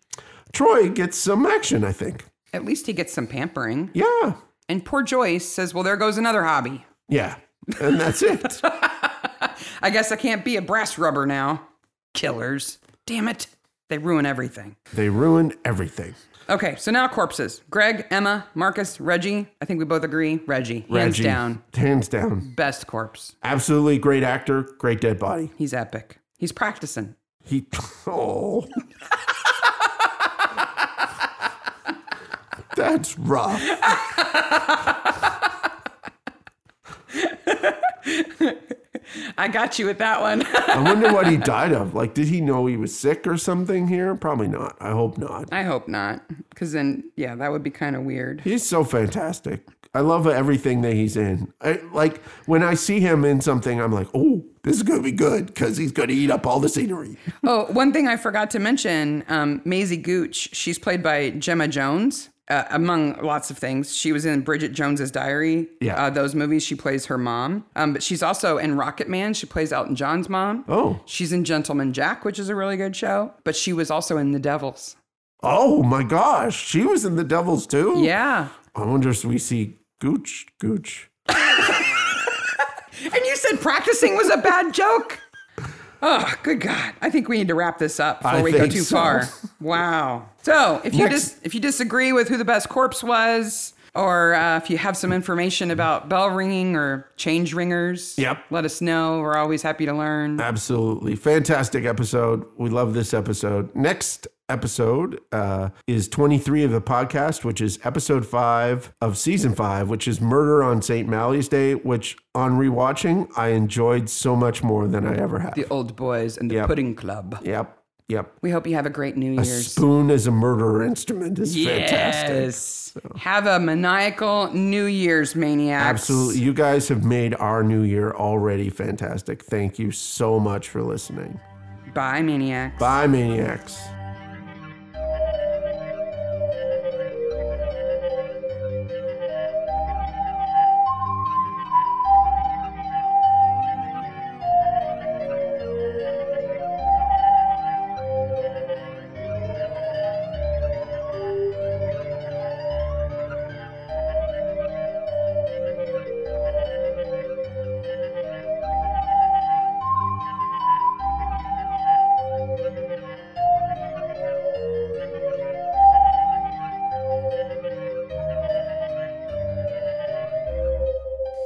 B: Troy gets some action, I think.
A: At least he gets some pampering.
B: Yeah.
A: And poor Joyce says, Well, there goes another hobby.
B: Yeah. And that's it.
A: I guess I can't be a brass rubber now. Killers. Damn it. They ruin everything.
B: they ruined everything.
A: Okay, so now corpses. Greg, Emma, Marcus, Reggie. I think we both agree. Reggie. Hands
B: Reggie,
A: down.
B: Hands down.
A: Best corpse.
B: Absolutely great actor, great dead body.
A: He's epic. He's practicing.
B: He, oh. That's rough.
A: I got you with that one.
B: I wonder what he died of. Like, did he know he was sick or something here? Probably not. I hope not.
A: I hope not. Because then, yeah, that would be kind of weird.
B: He's so fantastic. I love everything that he's in. I, like when I see him in something, I'm like, oh, this is gonna be good because he's gonna eat up all the scenery.
A: Oh, one thing I forgot to mention um, Maisie Gooch, she's played by Gemma Jones, uh, among lots of things. She was in Bridget Jones's Diary,
B: Yeah.
A: uh, those movies. She plays her mom. Um, but she's also in Rocket Man, she plays Elton John's mom.
B: Oh,
A: She's in Gentleman Jack, which is a really good show. But she was also in The Devils.
B: oh my gosh, she was in The Devils too.
A: Yeah.
B: I wonder if we see Gooch, Gooch.
A: And you said practicing was a bad joke. Oh, good God! I think we need to wrap this up before
B: I
A: we go
B: think
A: too
B: so.
A: far. Wow. So, if you
B: Next.
A: dis- if you disagree with who the best corpse was, or uh, if you have some information about bell ringing or change ringers,
B: Yep. Uh,
A: let us know. We're always happy to learn.
B: Absolutely fantastic episode. We love this episode. Next episode uh, is 23 of the podcast, which is episode five of season five, which is Murder on St. Mally's Day, which on rewatching, I enjoyed so much more than I ever have.
A: the old boys and the
B: Yep.
A: pudding club.
B: Yep. Yep.
A: We hope you have a great New
B: A
A: Year's.
B: spoon as a murder instrument is fantastic.
A: Yes. Have a maniacal New Year's maniacs.
B: Absolutely. You guys have made our new year already fantastic. Thank you so much for listening.
A: Bye, maniacs.
B: Bye, Maniacs.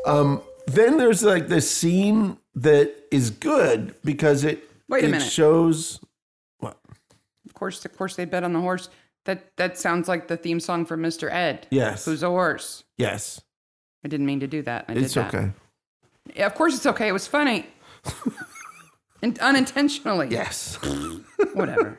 B: Um, then there's like this scene that is good because it
A: Wait a
B: it
A: minute.
B: shows
A: Of course, of course, they bet on the horse. That that sounds like the theme song from Mr. Ed.
B: yes
A: Who's a horse?
B: yes
A: I didn't mean to do that. I did
B: it's
A: that.
B: okay
A: Yeah, of course, it's okay. It was funny, and unintentionally.
B: yes
A: Whatever.